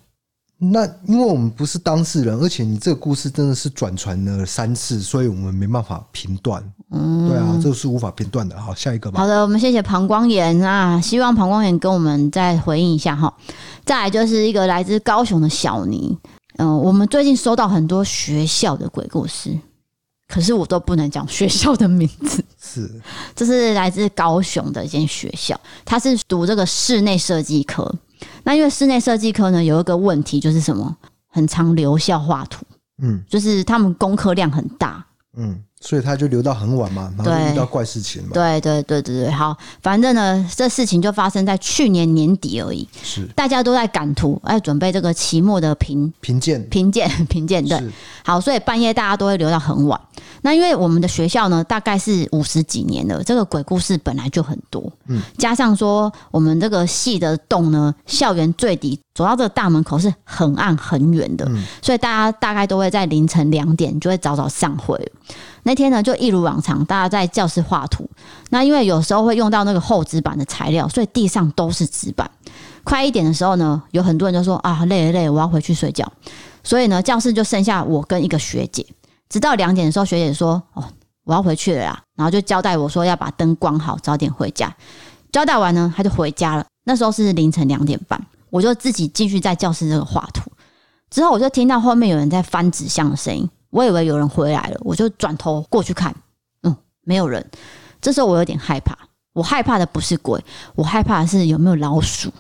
[SPEAKER 1] 那因为我们不是当事人，而且你这个故事真的是转传了三次，所以我们没办法评断。嗯，对啊，这个是无法评断的。好，下一个吧。
[SPEAKER 2] 好的，我们谢谢膀胱炎啊，希望膀胱炎跟我们再回应一下哈。再来就是一个来自高雄的小尼，嗯、我们最近收到很多学校的鬼故事，可是我都不能讲学校的名字。
[SPEAKER 1] 是
[SPEAKER 2] 这是来自高雄的一间学校，它是读这个室内设计科。那因为室内设计科呢，有一个问题就是什么，很常留校画图，
[SPEAKER 1] 嗯
[SPEAKER 2] 就是他们功课量很大，
[SPEAKER 1] 嗯，所以他就留到很晚嘛，然后
[SPEAKER 2] 对
[SPEAKER 1] 就遇到怪事情嘛。
[SPEAKER 2] 对对对对对，好，反正呢，这事情就发生在去年年底而已。
[SPEAKER 1] 是
[SPEAKER 2] 大家都在赶图，哎，准备这个期末的评
[SPEAKER 1] 评鉴
[SPEAKER 2] 评鉴 评鉴对。
[SPEAKER 1] 是
[SPEAKER 2] 好，所以半夜大家都会留到很晚。那因为我们的学校呢，大概是五十几年了，这个鬼故事本来就很多，
[SPEAKER 1] 嗯，
[SPEAKER 2] 加上说我们这个系的洞呢，校园最底走到这个大门口是很暗很远的，
[SPEAKER 1] 嗯
[SPEAKER 2] 所以大家大概都会在凌晨两点就会早早散会了。那天呢，就一如往常，大家在教室画图。那因为有时候会用到那个厚纸板的材料，所以地上都是纸板。快一点的时候呢，有很多人就说啊，累了累了，我要回去睡觉。所以呢，教室就剩下我跟一个学姐。直到两点的时候，学姐说：“哦，我要回去了啦。”然后就交代我说要把灯关好，早点回家。交代完呢，她就回家了。那时候是凌晨两点半，我就自己继续在教室这个画图。之后我就听到后面有人在翻纸箱的声音，我以为有人回来了，我就转头过去看，嗯，没有人。这时候我有点害怕，我害怕的不是鬼，我害怕的是有没有老鼠。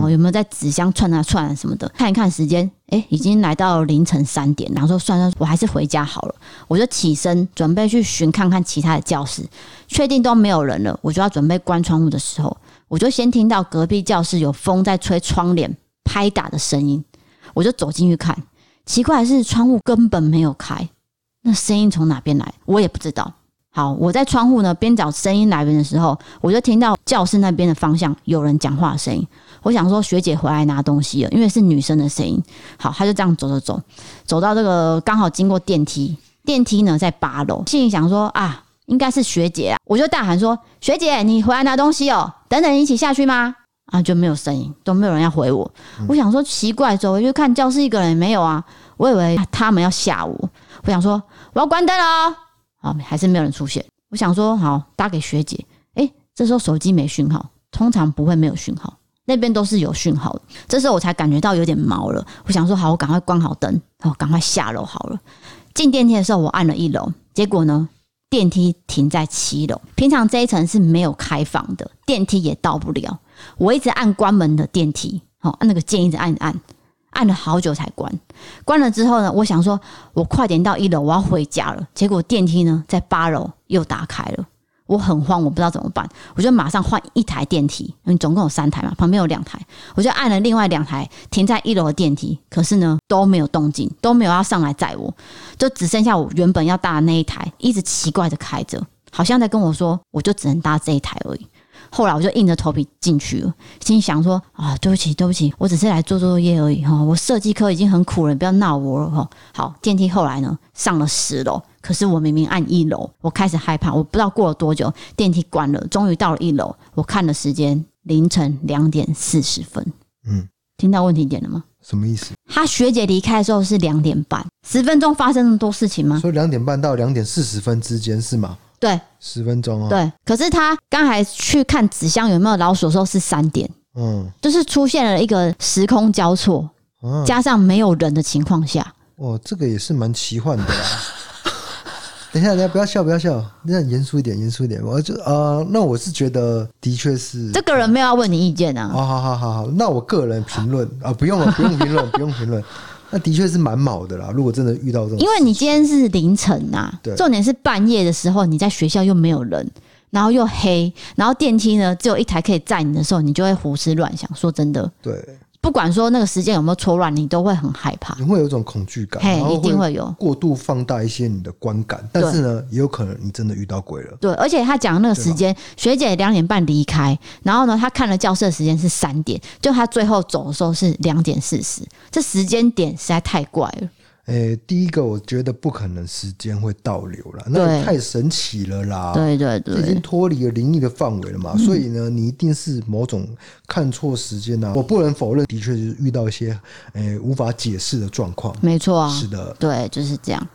[SPEAKER 2] 哦，有没有在纸箱串啊串啊什么的？看一看时间，哎、已经来到凌晨三点，然后说算算，我还是回家好了。我就起身准备去寻看看其他的教室，确定都没有人了，我就要准备关窗户的时候，我就先听到隔壁教室有风在吹窗帘拍打的声音，我就走进去看，奇怪的是窗户根本没有开，那声音从哪边来，我也不知道。好，我在窗户呢边找声音来源的时候，我就听到教室那边的方向有人讲话的声音。我想说学姐回来拿东西了，因为是女生的声音。好，她就这样走走走，走到这个刚好经过电梯，电梯呢在八楼，心里想说啊，应该是学姐啊，我就大喊说：“学姐，你回来拿东西哦，等等，你一起下去吗？”啊，就没有声音，都没有人要回我。我想说奇怪，走回去看教室一个人也没有啊，我以为他们要吓我。我想说我要关灯了哦，啊，还是没有人出现。我想说好打给学姐，诶、这时候手机没讯号，通常不会没有讯号，那边都是有讯号的。这时候我才感觉到有点毛了，我想说好，我赶快关好灯，好，赶快下楼好了。进电梯的时候我按了一楼，结果呢电梯停在七楼，平常这一层是没有开放的，电梯也到不了。我一直按关门的电梯，好、按那个键一直按一直按，按了好久才关。关了之后呢，我想说，我快点到一楼，我要回家了。结果电梯呢，在八楼又打开了，我很慌，我不知道怎么办，我就马上换一台电梯，嗯，总共有三台嘛，旁边有两台，我就按了另外两台停在一楼的电梯，可是呢都没有动静，都没有要上来载我，就只剩下我原本要搭的那一台，一直奇怪的开着，好像在跟我说，我就只能搭这一台而已。后来我就硬着头皮进去了，心想说啊，对不起，对不起，我只是来做作业而已哈、我设计科已经很苦了，你不要闹我了哈、好，电梯后来呢上了十楼，可是我明明按一楼，我开始害怕，我不知道过了多久，电梯关了，终于到了一楼，我看了时间，凌晨两点四十分。
[SPEAKER 1] 嗯，
[SPEAKER 2] 听到问题点了吗？
[SPEAKER 1] 什么意思？
[SPEAKER 2] 他学姐离开的时候是两点半，十分钟发生那么多事情吗？
[SPEAKER 1] 所以两点半到两点四十分之间是吗？
[SPEAKER 2] 对
[SPEAKER 1] 十分钟哦。
[SPEAKER 2] 对，可是他刚才去看纸箱有没有老鼠的时候是三点。
[SPEAKER 1] 嗯，
[SPEAKER 2] 就是出现了一个时空交错，
[SPEAKER 1] 啊，
[SPEAKER 2] 加上没有人的情况下，
[SPEAKER 1] 哦，这个也是蛮奇幻的啦。 等一下，等一下，不要笑，不要笑，那严肃一点，严肃一点。我就呃，那我是觉得的确是
[SPEAKER 2] 这个人没有要问你意见啊。
[SPEAKER 1] 哦，好好好好，那我个人评论啊，不用了，不用评 论，不用评论。那的确是蛮毛的啦。如果真的遇到这种，
[SPEAKER 2] 因为你今天是凌晨呐、
[SPEAKER 1] 对
[SPEAKER 2] 重点是半夜的时候，你在学校又没有人，然后又黑，然后电梯呢只有一台可以载你的时候，你就会胡思乱想。说真的，
[SPEAKER 1] 对，
[SPEAKER 2] 不管说那个时间有没有错乱，你都会很害怕
[SPEAKER 1] 你。会有一种恐惧感，
[SPEAKER 2] 嘿
[SPEAKER 1] 嗯然后
[SPEAKER 2] 一定会有
[SPEAKER 1] 过度放大一些你的观感。但是呢，也有可能你真的遇到鬼了。
[SPEAKER 2] 对，而且他讲那个时
[SPEAKER 1] 啊
[SPEAKER 2] 间，学姐两点半离开，然后呢，他看了教室的时间是三点，就他最后走的时候是两点四十，这时间点实在太怪了。
[SPEAKER 1] 诶、第一个我觉得不可能时间会倒流了，那
[SPEAKER 2] 对
[SPEAKER 1] 也太神奇了啦。
[SPEAKER 2] 对对对，
[SPEAKER 1] 这
[SPEAKER 2] 嗯
[SPEAKER 1] 已经脱离了灵异的范围了嘛，所以呢，你一定是某种看错时间啊。我不能否认，的确是遇到一些诶、无法解释的状况。
[SPEAKER 2] 没错啊，
[SPEAKER 1] 是的，
[SPEAKER 2] 对，就是这样。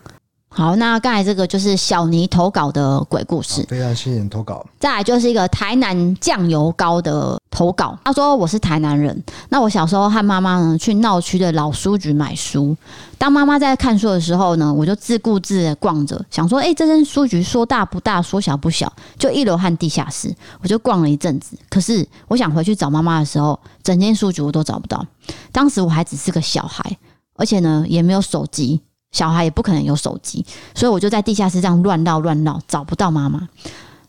[SPEAKER 2] 好，那刚才这个就是小尼投稿的鬼故事，
[SPEAKER 1] 啊非常谢谢你投稿。
[SPEAKER 2] 再来就是一个台南酱油膏的投稿。他说我是台南人，那我小时候和妈妈呢去闹区的老书局买书。当妈妈在看书的时候呢，我就自顾自的逛着，想说，哎、这间书局说大不大，说小不小，就一楼和地下室，我就逛了一阵子。可是我想回去找妈妈的时候，整间书局我都找不到。当时我还只是个小孩，而且呢也没有手机。小孩也不可能有手机，所以我就在地下室这样乱绕乱绕，找不到妈妈。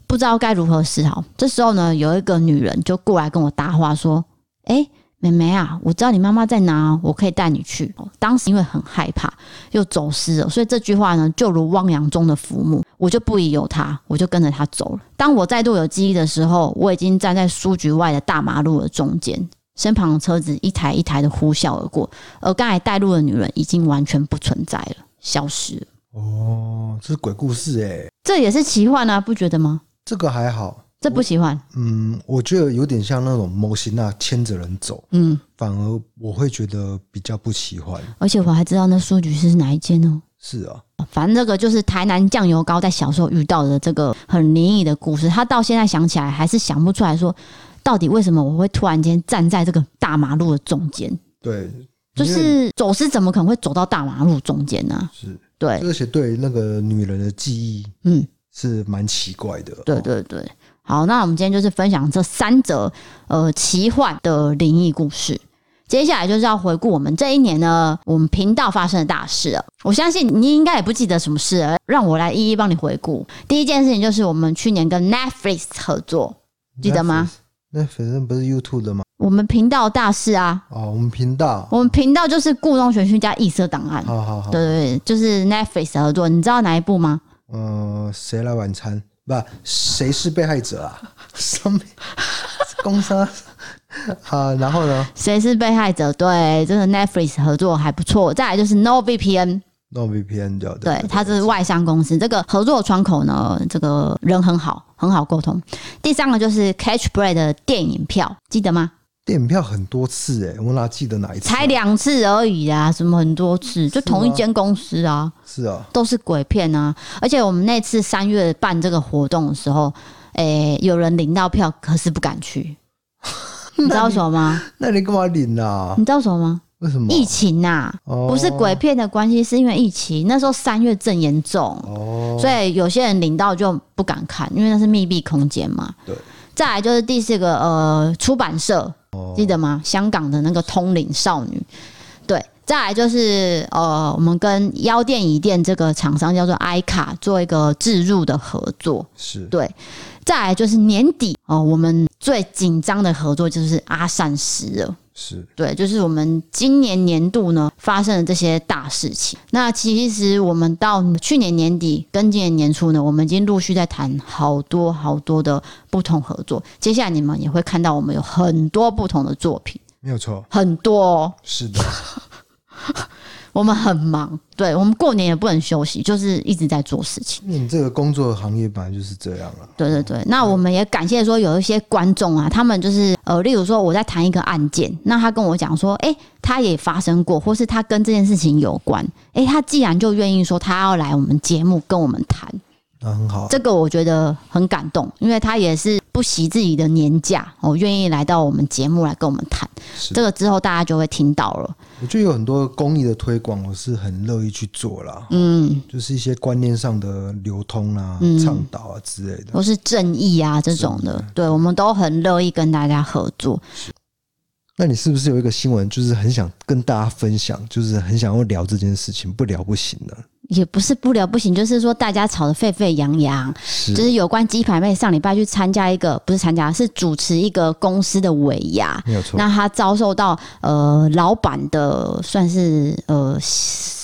[SPEAKER 2] 不知道该如何是好。这时候呢，有一个女人就过来跟我搭话说：“哎、妹妹啊，我知道你妈妈在哪，我可以带你去。”哦当时因为很害怕，又走失了，所以这句话呢，就如汪洋中的浮木，我就不疑有他，我就跟着他走了。当我再度有记忆的时候，我已经站在书局外的大马路的中间。身旁的车子一台一台的呼啸而过，而刚才带路的女人已经完全不存在了，消失了。
[SPEAKER 1] 哦，这是鬼故事哎、
[SPEAKER 2] 这也是奇幻啊，不觉得吗？
[SPEAKER 1] 这个还好。
[SPEAKER 2] 这不奇幻，
[SPEAKER 1] 嗯，我觉得有点像那种模型啊，牵着人走，
[SPEAKER 2] 嗯。
[SPEAKER 1] 反而我会觉得比较不喜欢。
[SPEAKER 2] 而且我还知道那书局是哪一间哦。
[SPEAKER 1] 是啊，
[SPEAKER 2] 反正这个就是台南酱油膏在小时候遇到的这个很灵异的故事，他到现在想起来还是想不出来说到底为什么我会突然间站在这个大马路的中间，
[SPEAKER 1] 对，
[SPEAKER 2] 就
[SPEAKER 1] 因为
[SPEAKER 2] 是走失怎么可能会走到大马路中间呢、
[SPEAKER 1] 是，
[SPEAKER 2] 对，
[SPEAKER 1] 而且对那个女人的记忆
[SPEAKER 2] 嗯，
[SPEAKER 1] 是蛮奇怪的。
[SPEAKER 2] 对
[SPEAKER 1] 哦，
[SPEAKER 2] 对对，好，那我们今天就是分享这三则呃奇幻的灵异故事。接下来就是要回顾我们这一年呢，我们频道发生的大事了。我相信你应该也不记得什么事了，让我来一一帮你回顾。第一件事情就是我们去年跟 Netflix 合作，记得吗？
[SPEAKER 1] 那反正不是 YouTube 的嘛。
[SPEAKER 2] 我们频道大事啊，
[SPEAKER 1] 哦，我们频道，
[SPEAKER 2] 我们频道就是《故弄玄虚》加《异色档案》。
[SPEAKER 1] 好好好，
[SPEAKER 2] 对对对，就是 Netflix 合作，你知道哪一部吗？
[SPEAKER 1] 嗯、谁来晚餐？不，谁是被害者啊？ 什么工 伤啊？然后呢？
[SPEAKER 2] 谁是被害者？对，这个 Netflix 合作还不错。再来就是 No VPN，
[SPEAKER 1] 那我 VPN 掉
[SPEAKER 2] 对，它是外商公司，这个合作窗口呢，这个人很好，很好沟通。第三个就是 Catch Play 的电影票，记得吗？
[SPEAKER 1] 电影票很多次哎、我哪记得哪一次啊、
[SPEAKER 2] 才两次而已啊，什么很多次，就同一间公司啊，
[SPEAKER 1] 是啊，
[SPEAKER 2] 都是鬼片啊。而且我们那次三月办这个活动的时候，诶、有人领到票，可是不 敢去，你知道为什么吗？
[SPEAKER 1] 那你干嘛领啊
[SPEAKER 2] 你？知道为什么吗？
[SPEAKER 1] 为什么？
[SPEAKER 2] 疫情呐、
[SPEAKER 1] 哦
[SPEAKER 2] 不是鬼片的关系，是因为疫情，那时候三月正严重，
[SPEAKER 1] 哦，
[SPEAKER 2] 所以有些人领到就不敢看，因为那是密闭空间嘛。
[SPEAKER 1] 对。
[SPEAKER 2] 再来就是第四个，呃，出版社
[SPEAKER 1] 哦
[SPEAKER 2] 记得吗？香港的那个《通灵少女》，对。再来就是呃，我们跟妖店椅店这个厂商叫做 i 卡做一个置入的合作，
[SPEAKER 1] 是
[SPEAKER 2] 对。再来就是年底哦、我们最紧张的合作就是阿善师了。
[SPEAKER 1] 是
[SPEAKER 2] 对，就是我们今年年度呢发生的这些大事情。那其实我们到去年年底跟今年年初呢，我们已经陆续在谈好多好多的不同合作。接下来你们也会看到我们有很多不同的作品，
[SPEAKER 1] 没有错，
[SPEAKER 2] 很多、哦。
[SPEAKER 1] 是的，
[SPEAKER 2] 我们很忙，对我们过年也不能休息，就是一直在做事情。
[SPEAKER 1] 你们这个工作行业本来就是这样啊。
[SPEAKER 2] 对对对，那我们也感谢说有一些观众啊，他们就是呃，例如说我在谈一个案件，那他跟我讲说，诶，他也发生过，或是他跟这件事情有关，诶，他既然就愿意说他要来我们节目跟我们谈，
[SPEAKER 1] 那很好啊，
[SPEAKER 2] 这个我觉得很感动，因为他也是不惜自己的年假，哦，愿意来到我们节目来跟我们谈，
[SPEAKER 1] 是
[SPEAKER 2] 这个之后大家就会听到了，
[SPEAKER 1] 我觉得有很多公益的推广，我是很乐意去做啦，
[SPEAKER 2] 嗯，
[SPEAKER 1] 就是一些观念上的流通啊、
[SPEAKER 2] 嗯
[SPEAKER 1] 倡导啊之类的。
[SPEAKER 2] 或是正义啊这种的，对我们都很乐意跟大家合作，
[SPEAKER 1] 那你是不是有一个新闻，就是很想跟大家分享，就是很想要聊这件事情，不聊不行的？
[SPEAKER 2] 也不是不了不行，就是说大家吵得沸沸扬扬。就是是有关鸡排妹上礼拜去参加一个，不是参加，是主持一个公司的尾牙。
[SPEAKER 1] 没有错，
[SPEAKER 2] 那她遭受到呃老板的算是呃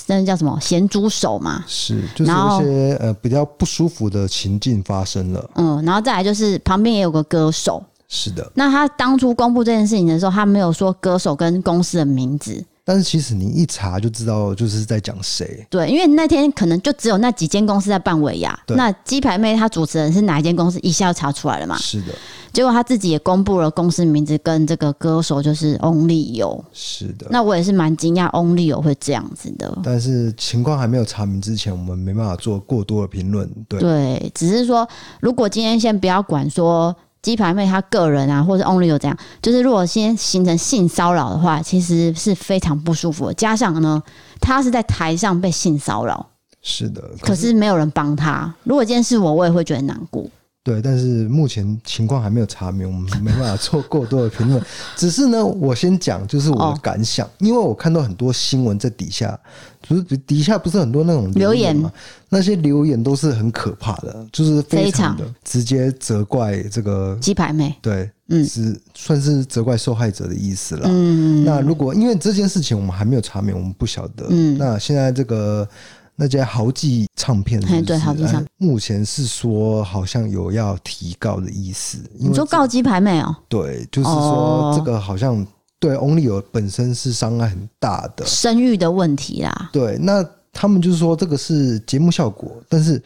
[SPEAKER 2] 那叫什么咸猪手嘛，
[SPEAKER 1] 是就是
[SPEAKER 2] 然
[SPEAKER 1] 有
[SPEAKER 2] 后
[SPEAKER 1] 一些呃比较不舒服的情境发生了。
[SPEAKER 2] 嗯，然后再来就是旁边也有个歌手。
[SPEAKER 1] 是的，
[SPEAKER 2] 那她当初公布这件事情的时候，她没有说歌手跟公司的名字，
[SPEAKER 1] 但是其实你一查就知道，就是在讲谁。
[SPEAKER 2] 对，因为那天可能就只有那几间公司在办尾牙。
[SPEAKER 1] 对
[SPEAKER 2] 那鸡排妹她主持人是哪一间公司，一下就查出来了嘛。
[SPEAKER 1] 是的，
[SPEAKER 2] 结果她自己也公布了公司名字跟这个歌手就是 Only 有。
[SPEAKER 1] 是的。
[SPEAKER 2] 那我也是蛮惊讶，Only 有会这样子的。
[SPEAKER 1] 但是情况还没有查明之前，我们没办法做过多的评论。对，
[SPEAKER 2] 对，只是说，如果今天先不要管说鸡排妹她个人啊，或者 Only 有这样，就是如果先形成性骚扰的话，其实是非常不舒服的。加上呢，她是在台上被性骚扰，
[SPEAKER 1] 是的。
[SPEAKER 2] 可是没有人帮她。如果今天是我，我也会觉得难过。
[SPEAKER 1] 对，但是目前情况还没有查明，我们没办法做过多的评论。只是呢，我先讲就是我
[SPEAKER 2] 哦
[SPEAKER 1] 的感想，因为我看到很多新闻在底下，就是底下不是很多那种言嘛，那些留言都是很可怕的，就是非常的直接责怪这个
[SPEAKER 2] 鸡排妹，
[SPEAKER 1] 对，
[SPEAKER 2] 嗯
[SPEAKER 1] 是算是责怪受害者的意思啦。
[SPEAKER 2] 嗯，
[SPEAKER 1] 啊那如果因为这件事情我们还没有查明，我们不晓得。
[SPEAKER 2] 嗯
[SPEAKER 1] 那现在这个那家豪记唱片是不是，
[SPEAKER 2] 嘿对豪记唱
[SPEAKER 1] 哎目前是说好像有要提告的意思，因
[SPEAKER 2] 你
[SPEAKER 1] 为
[SPEAKER 2] 说告鸡排妹哦、
[SPEAKER 1] 对，就是
[SPEAKER 2] 哦
[SPEAKER 1] 说这个好像对 Only 有本身是伤害很大的。
[SPEAKER 2] 生育的问题啦，
[SPEAKER 1] 对，那他们就是说这个是节目效果，但是。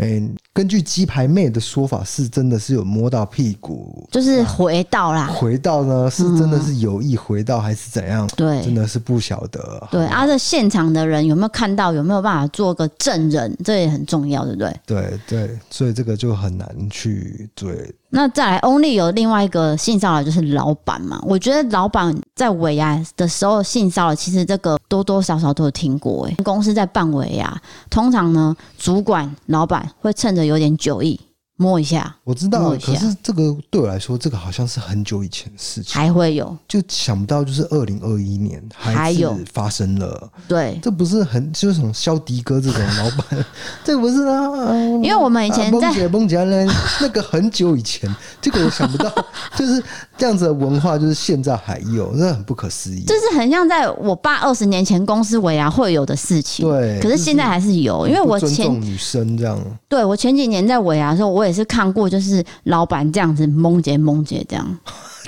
[SPEAKER 1] 哎、根据鸡排妹的说法，是真的是有摸到屁股，
[SPEAKER 2] 就是回到啦，
[SPEAKER 1] 回到呢是真的是有意回到还是怎样？
[SPEAKER 2] 嗯对，
[SPEAKER 1] 真的是不晓得。
[SPEAKER 2] 对，啊，这现场的人有没有看到？有没有办法做个证人？这也很重要，对不对？
[SPEAKER 1] 对对，所以这个就很难去对，
[SPEAKER 2] 那再来，Only 有另外一个性骚扰就是老板嘛。我觉得老板在尾牙的时候性骚扰，其实这个多多少少都有听过、欸。公司在办尾牙，通常呢，主管、老板会趁着有点酒意摸一下，
[SPEAKER 1] 我知道
[SPEAKER 2] 摸
[SPEAKER 1] 啊，
[SPEAKER 2] 一
[SPEAKER 1] 可
[SPEAKER 2] 下
[SPEAKER 1] 是这个对我来说，这个好像是很久以前的事情，
[SPEAKER 2] 还会有
[SPEAKER 1] 就想不到就是二零二一年
[SPEAKER 2] 还
[SPEAKER 1] 还
[SPEAKER 2] 有
[SPEAKER 1] 是发生了，
[SPEAKER 2] 对。
[SPEAKER 1] 这不是很就是什么肖迪哥这种老 板，这不是啊，呃
[SPEAKER 2] 因为我们以前
[SPEAKER 1] 啊
[SPEAKER 2] 在
[SPEAKER 1] 崩姐崩姐呢，那个很久以前，这个我想 不到，就是这样子的文化，就是现在还有，那很不可思议。
[SPEAKER 2] 就是很像在我爸二十年前公司尾牙会有的事情，
[SPEAKER 1] 对
[SPEAKER 2] 可是现在还是有，因为我
[SPEAKER 1] 不尊
[SPEAKER 2] 前
[SPEAKER 1] 重女生这样，
[SPEAKER 2] 对我前几年在尾牙的时候，我也是看过，就是老板这样子蒙姐蒙姐这样，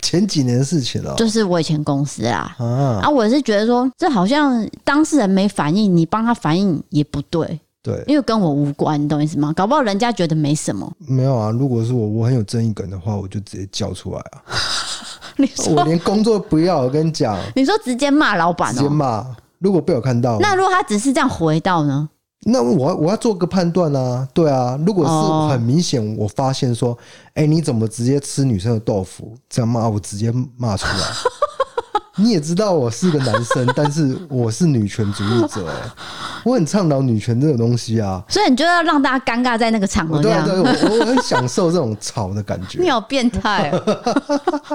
[SPEAKER 1] 前几年的事情了、
[SPEAKER 2] 就是我以前公司啦。
[SPEAKER 1] 啊，
[SPEAKER 2] 啊，我是觉得说，这好像当事人没反应，你帮他反应也不对，
[SPEAKER 1] 对，
[SPEAKER 2] 因为跟我无关，你懂我意思吗？搞不好人家觉得没什么。
[SPEAKER 1] 没有啊，如果是我，我很有正义感的话，我就直接叫出来啊。
[SPEAKER 2] 你
[SPEAKER 1] 我
[SPEAKER 2] 说
[SPEAKER 1] 连工作不要，我跟你讲，
[SPEAKER 2] 你说直接骂老板
[SPEAKER 1] 直接
[SPEAKER 2] 哦、
[SPEAKER 1] 骂。如果被我看到，
[SPEAKER 2] 那如果他只是这样回到呢？
[SPEAKER 1] 那我要我要做个判断啊，对啊，如果
[SPEAKER 2] 哦
[SPEAKER 1] 是很明显，我发现说，哎、你怎么直接吃女生的豆腐？这样骂我直接骂出 来。你也知道我是个男生，但是我是女权主义者、哎我很倡导女权这个东西啊。
[SPEAKER 2] 所以你就要让大家尴尬在那个场
[SPEAKER 1] 我
[SPEAKER 2] 合
[SPEAKER 1] 对
[SPEAKER 2] 这样
[SPEAKER 1] 啊，，对啊我我很享受这种吵的感
[SPEAKER 2] 你
[SPEAKER 1] 觉。
[SPEAKER 2] 好变态、哦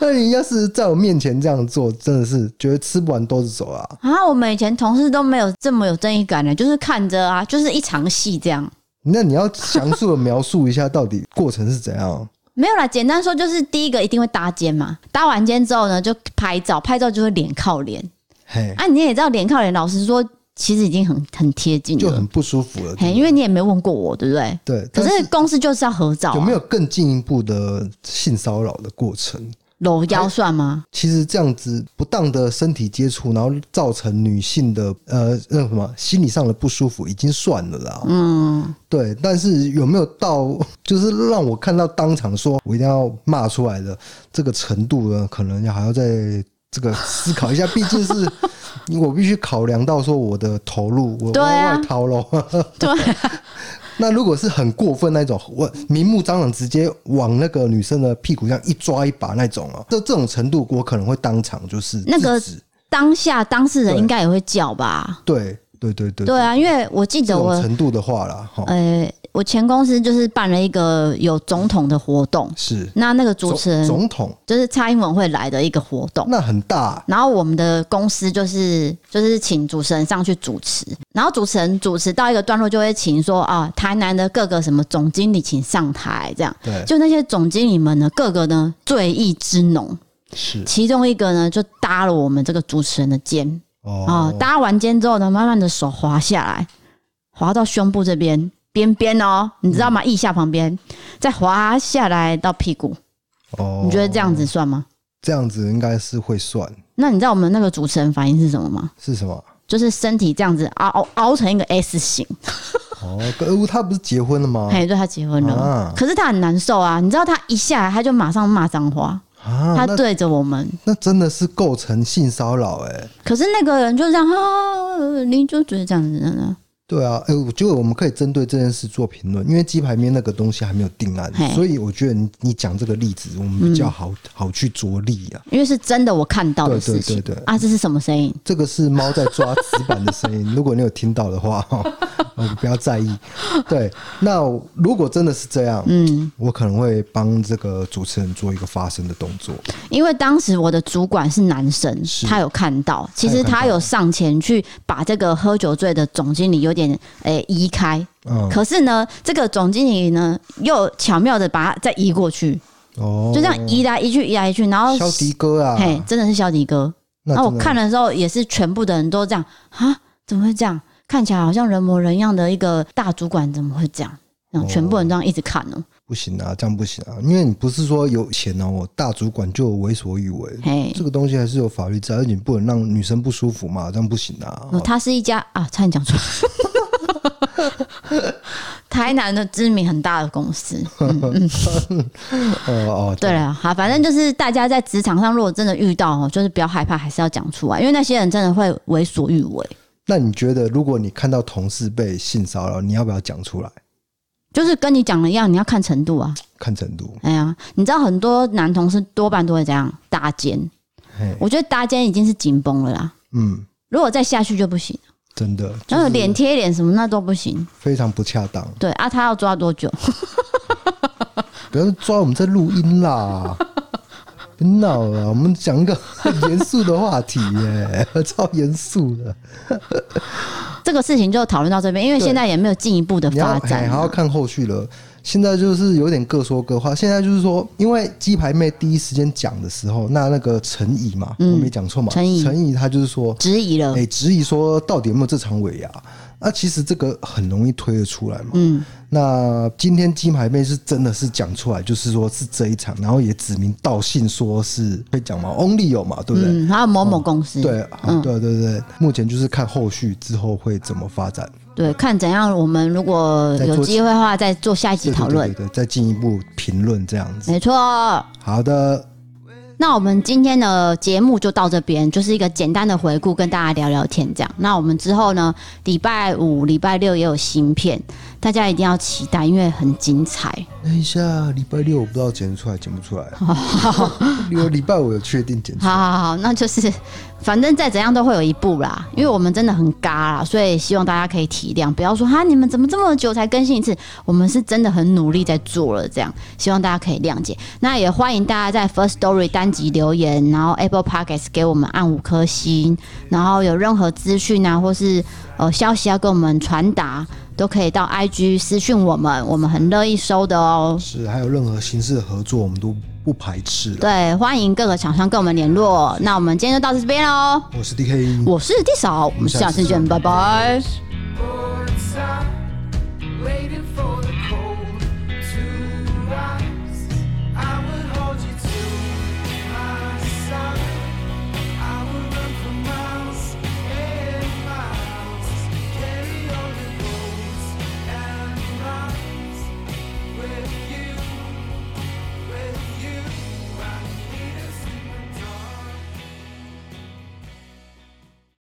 [SPEAKER 1] 那你要是在我面前这样做，真的是觉得吃不完兜着走啊。
[SPEAKER 2] 啊！我们以前同事都没有这么有正义感的，就是看着啊，就是一场戏这样。
[SPEAKER 1] 那你要详述的描述一下到底过程是怎样？
[SPEAKER 2] 没有啦，简单说就是第一个一定会搭肩嘛，搭完肩之后呢，就拍照，拍照就会脸靠脸
[SPEAKER 1] 嘿，
[SPEAKER 2] 啊。你也知道脸靠脸，老实说，其实已经很很贴近
[SPEAKER 1] 就
[SPEAKER 2] 了
[SPEAKER 1] 很，不舒服了。
[SPEAKER 2] 嘿，因为你也没问过我，对不对？
[SPEAKER 1] 对，
[SPEAKER 2] 可
[SPEAKER 1] 但
[SPEAKER 2] 是公司就是要合照、啊，
[SPEAKER 1] 有没有更进一步的性骚扰的过程？
[SPEAKER 2] 搂腰算吗？
[SPEAKER 1] 其实这样子不当的身体接触，然后造成女性的呃那什么心理上的不舒服，已经算了啦。
[SPEAKER 2] 嗯，
[SPEAKER 1] 对，但是有没有到 就是让我看到当场说我一定要骂出来的这个程度呢？可能还要再这个思考一下，毕竟是我必须考量到说我的投入，我
[SPEAKER 2] 对
[SPEAKER 1] 往
[SPEAKER 2] 啊
[SPEAKER 1] 外掏喽。
[SPEAKER 2] 对啊，
[SPEAKER 1] 那如果是很过分那种，我明目张胆直接往那个女生的屁股上一抓一把那种哦，这这种程度，我可能会当场就是
[SPEAKER 2] 那个
[SPEAKER 1] 制止
[SPEAKER 2] 当下当事人
[SPEAKER 1] 对
[SPEAKER 2] 应该也会叫吧？
[SPEAKER 1] 对对对对
[SPEAKER 2] 对啊，因为我记
[SPEAKER 1] 这
[SPEAKER 2] 得
[SPEAKER 1] 种
[SPEAKER 2] 我，
[SPEAKER 1] 程度的话啦，哈、
[SPEAKER 2] 呃，我前公司就是办了一个有总统的活动，
[SPEAKER 1] 是
[SPEAKER 2] 那那个主持
[SPEAKER 1] 总
[SPEAKER 2] 人
[SPEAKER 1] 总统
[SPEAKER 2] 就是蔡英文会来的一个活动。
[SPEAKER 1] 那很大，
[SPEAKER 2] 然后我们的公司就是就是请主持人上去主持，然后主持人主持到一个段落就会请说啊，台南的各个什么总经理请上台这样。
[SPEAKER 1] 对
[SPEAKER 2] 就那些总经理们呢，各个呢醉意之浓，
[SPEAKER 1] 是
[SPEAKER 2] 其中一个呢就搭了我们这个主持人的肩啊、
[SPEAKER 1] 哦，
[SPEAKER 2] 搭完肩之后呢，慢慢的手滑下来，滑到胸部这边边边哦，你知道
[SPEAKER 1] 嗯
[SPEAKER 2] 吗？腋下旁边，再滑下来到屁股，
[SPEAKER 1] 哦
[SPEAKER 2] 你觉得这样子算吗？
[SPEAKER 1] 这样子应该是会算
[SPEAKER 2] 那你知道我们那个主持人反应是什么吗？
[SPEAKER 1] 是什么？
[SPEAKER 2] 就是身体这样子凹凹凹成一个 S 型，
[SPEAKER 1] 哦，可呃他不是结婚了吗？
[SPEAKER 2] 哎、对他结婚了，
[SPEAKER 1] 啊
[SPEAKER 2] 可是他很难受啊，你知道他一下来他就马上骂脏话，
[SPEAKER 1] 啊，
[SPEAKER 2] 他
[SPEAKER 1] 那
[SPEAKER 2] 对着我们，
[SPEAKER 1] 那真的是构成性骚扰哎。
[SPEAKER 2] 可是那个人就这样啊，你就觉得这样子嗯呢？
[SPEAKER 1] 对啊，哎、我觉得我们可以针对这件事做评论，因为鸡排面那个东西还没有定案
[SPEAKER 2] 嘿，嗯
[SPEAKER 1] 所以我觉得你你讲这个例子，我们比较好、好去着力啊。
[SPEAKER 2] 因为是真的我看到的事情
[SPEAKER 1] 对对对对
[SPEAKER 2] 啊，这是什么声音？
[SPEAKER 1] 这个是猫在抓纸板的声 音，如果你有听到的话，哦，哦不要在意。对，那如果真的是这样，
[SPEAKER 2] 嗯，
[SPEAKER 1] 我可能会帮这个主持人做一个发声的动作。
[SPEAKER 2] 因为当时我的主管是男生，
[SPEAKER 1] 是
[SPEAKER 2] 他有看到，其实他有上前去把这个喝酒醉的总经理有点诶、移开，
[SPEAKER 1] 嗯，
[SPEAKER 2] 可是呢，这个总经理呢又巧妙的把他再移过去，
[SPEAKER 1] 哦，
[SPEAKER 2] 就这样移来移去，移来移去，然后
[SPEAKER 1] 肖迪哥啊，
[SPEAKER 2] 嘿，真的是小迪哥。
[SPEAKER 1] 那
[SPEAKER 2] 那我
[SPEAKER 1] 真的
[SPEAKER 2] 看的时候也是全部的人都这样啊，怎么会这样？看起来好像人模人样的一个大主管怎么会这样？然后全部人这样一直看哦、
[SPEAKER 1] 不行啊，这样不行啊，因为你不是说有钱哦，大主管就有为所欲为，
[SPEAKER 2] 嘿
[SPEAKER 1] 这个东西还是有法律在，而且你不能让女生不舒服嘛，这样不行啊。
[SPEAKER 2] 哦，他是一家啊，差点讲出来， 台南的知名很大的公司。
[SPEAKER 1] 哦哦，
[SPEAKER 2] 对了，好，反正就是大家在职场上，如果真的遇到哦，就是不要害怕，还是要讲出来，因为那些人真的会为所欲为。
[SPEAKER 1] 那你觉得，如果你看到同事被性骚扰，你要不要讲出来？
[SPEAKER 2] 就是跟你讲的一样，你要看程度啊。
[SPEAKER 1] 看程度，
[SPEAKER 2] 哎呀，你知道很多男同事多半都会这样搭肩，
[SPEAKER 1] 嘿，
[SPEAKER 2] 我觉得搭肩已经是紧绷了啦。
[SPEAKER 1] 嗯，
[SPEAKER 2] 如果再下去就不行，
[SPEAKER 1] 真的，
[SPEAKER 2] 然后脸贴脸什么那都不行。
[SPEAKER 1] 非常不恰当。
[SPEAKER 2] 对啊，他要抓多久？
[SPEAKER 1] 不要抓我们在录音啦！ 别闹了，我们讲一个很严肃的话题耶、 超严肃的。
[SPEAKER 2] 这个事情就讨论到这边，因为
[SPEAKER 1] 对
[SPEAKER 2] 现在也没有进一步的
[SPEAKER 1] 你要
[SPEAKER 2] 发
[SPEAKER 1] 还
[SPEAKER 2] 展
[SPEAKER 1] 还
[SPEAKER 2] 啊、
[SPEAKER 1] 要看后续了。现在就是有点各说各话。现在就是说，因为鸡排妹第一时间讲的时候，那那个陈怡嘛，我没讲错嘛，
[SPEAKER 2] 嗯陈怡嗯
[SPEAKER 1] 陈怡她就是说，
[SPEAKER 2] 质疑了
[SPEAKER 1] 哎、。质疑说到底有没有这场尾牙？那、其实这个很容易推得出来嘛。
[SPEAKER 2] 嗯，
[SPEAKER 1] 那今天鸡排妹是真的是讲出来，就是说是这一场，然后也指名道姓说是被讲嘛，Only 有嘛，对不对？哦
[SPEAKER 2] 嗯，还有某某公司，
[SPEAKER 1] 对，好对对对，啊目前就是看后续之后会怎么发展，
[SPEAKER 2] 对，看怎样，我们如果
[SPEAKER 1] 再做
[SPEAKER 2] 有机会的话，再做下一集
[SPEAKER 1] 对对
[SPEAKER 2] 讨
[SPEAKER 1] 对
[SPEAKER 2] 论
[SPEAKER 1] 对。对，再进一步评论这样子。
[SPEAKER 2] 没错，
[SPEAKER 1] 好的，
[SPEAKER 2] 那我们今天的节目就到这边，就是一个简单的回顾，跟大家聊聊天这样。那我们之后呢，礼拜五、礼拜六也有新片，大家一定要期待，因为很精彩。
[SPEAKER 1] 等一下，礼拜六我不知道剪出来剪不出来，有礼拜五有确定剪出
[SPEAKER 2] 好
[SPEAKER 1] 来。
[SPEAKER 2] 好好好，那就是反正再怎样都会有一部啦，因为我们真的很嘎啦，所以希望大家可以体谅，不要说哈你们怎么这么久才更新一次，我们是真的很努力在做了，这样希望大家可以谅解。那也欢迎大家在 First Story 单集留言，然后 Apple Podcast 给我们按五颗星，然后有任何资讯啊或是呃消息要跟我们传达，都可以到 IG 私讯我们，我们很乐意收的哦。
[SPEAKER 1] 是，还有任何形式的合作，我们都不排斥了。
[SPEAKER 2] 对，欢迎各个厂商跟我们联络。那我们今天就到这边喽。
[SPEAKER 1] 我是 DK，
[SPEAKER 2] 我是地嫂，我们下次见，拜拜。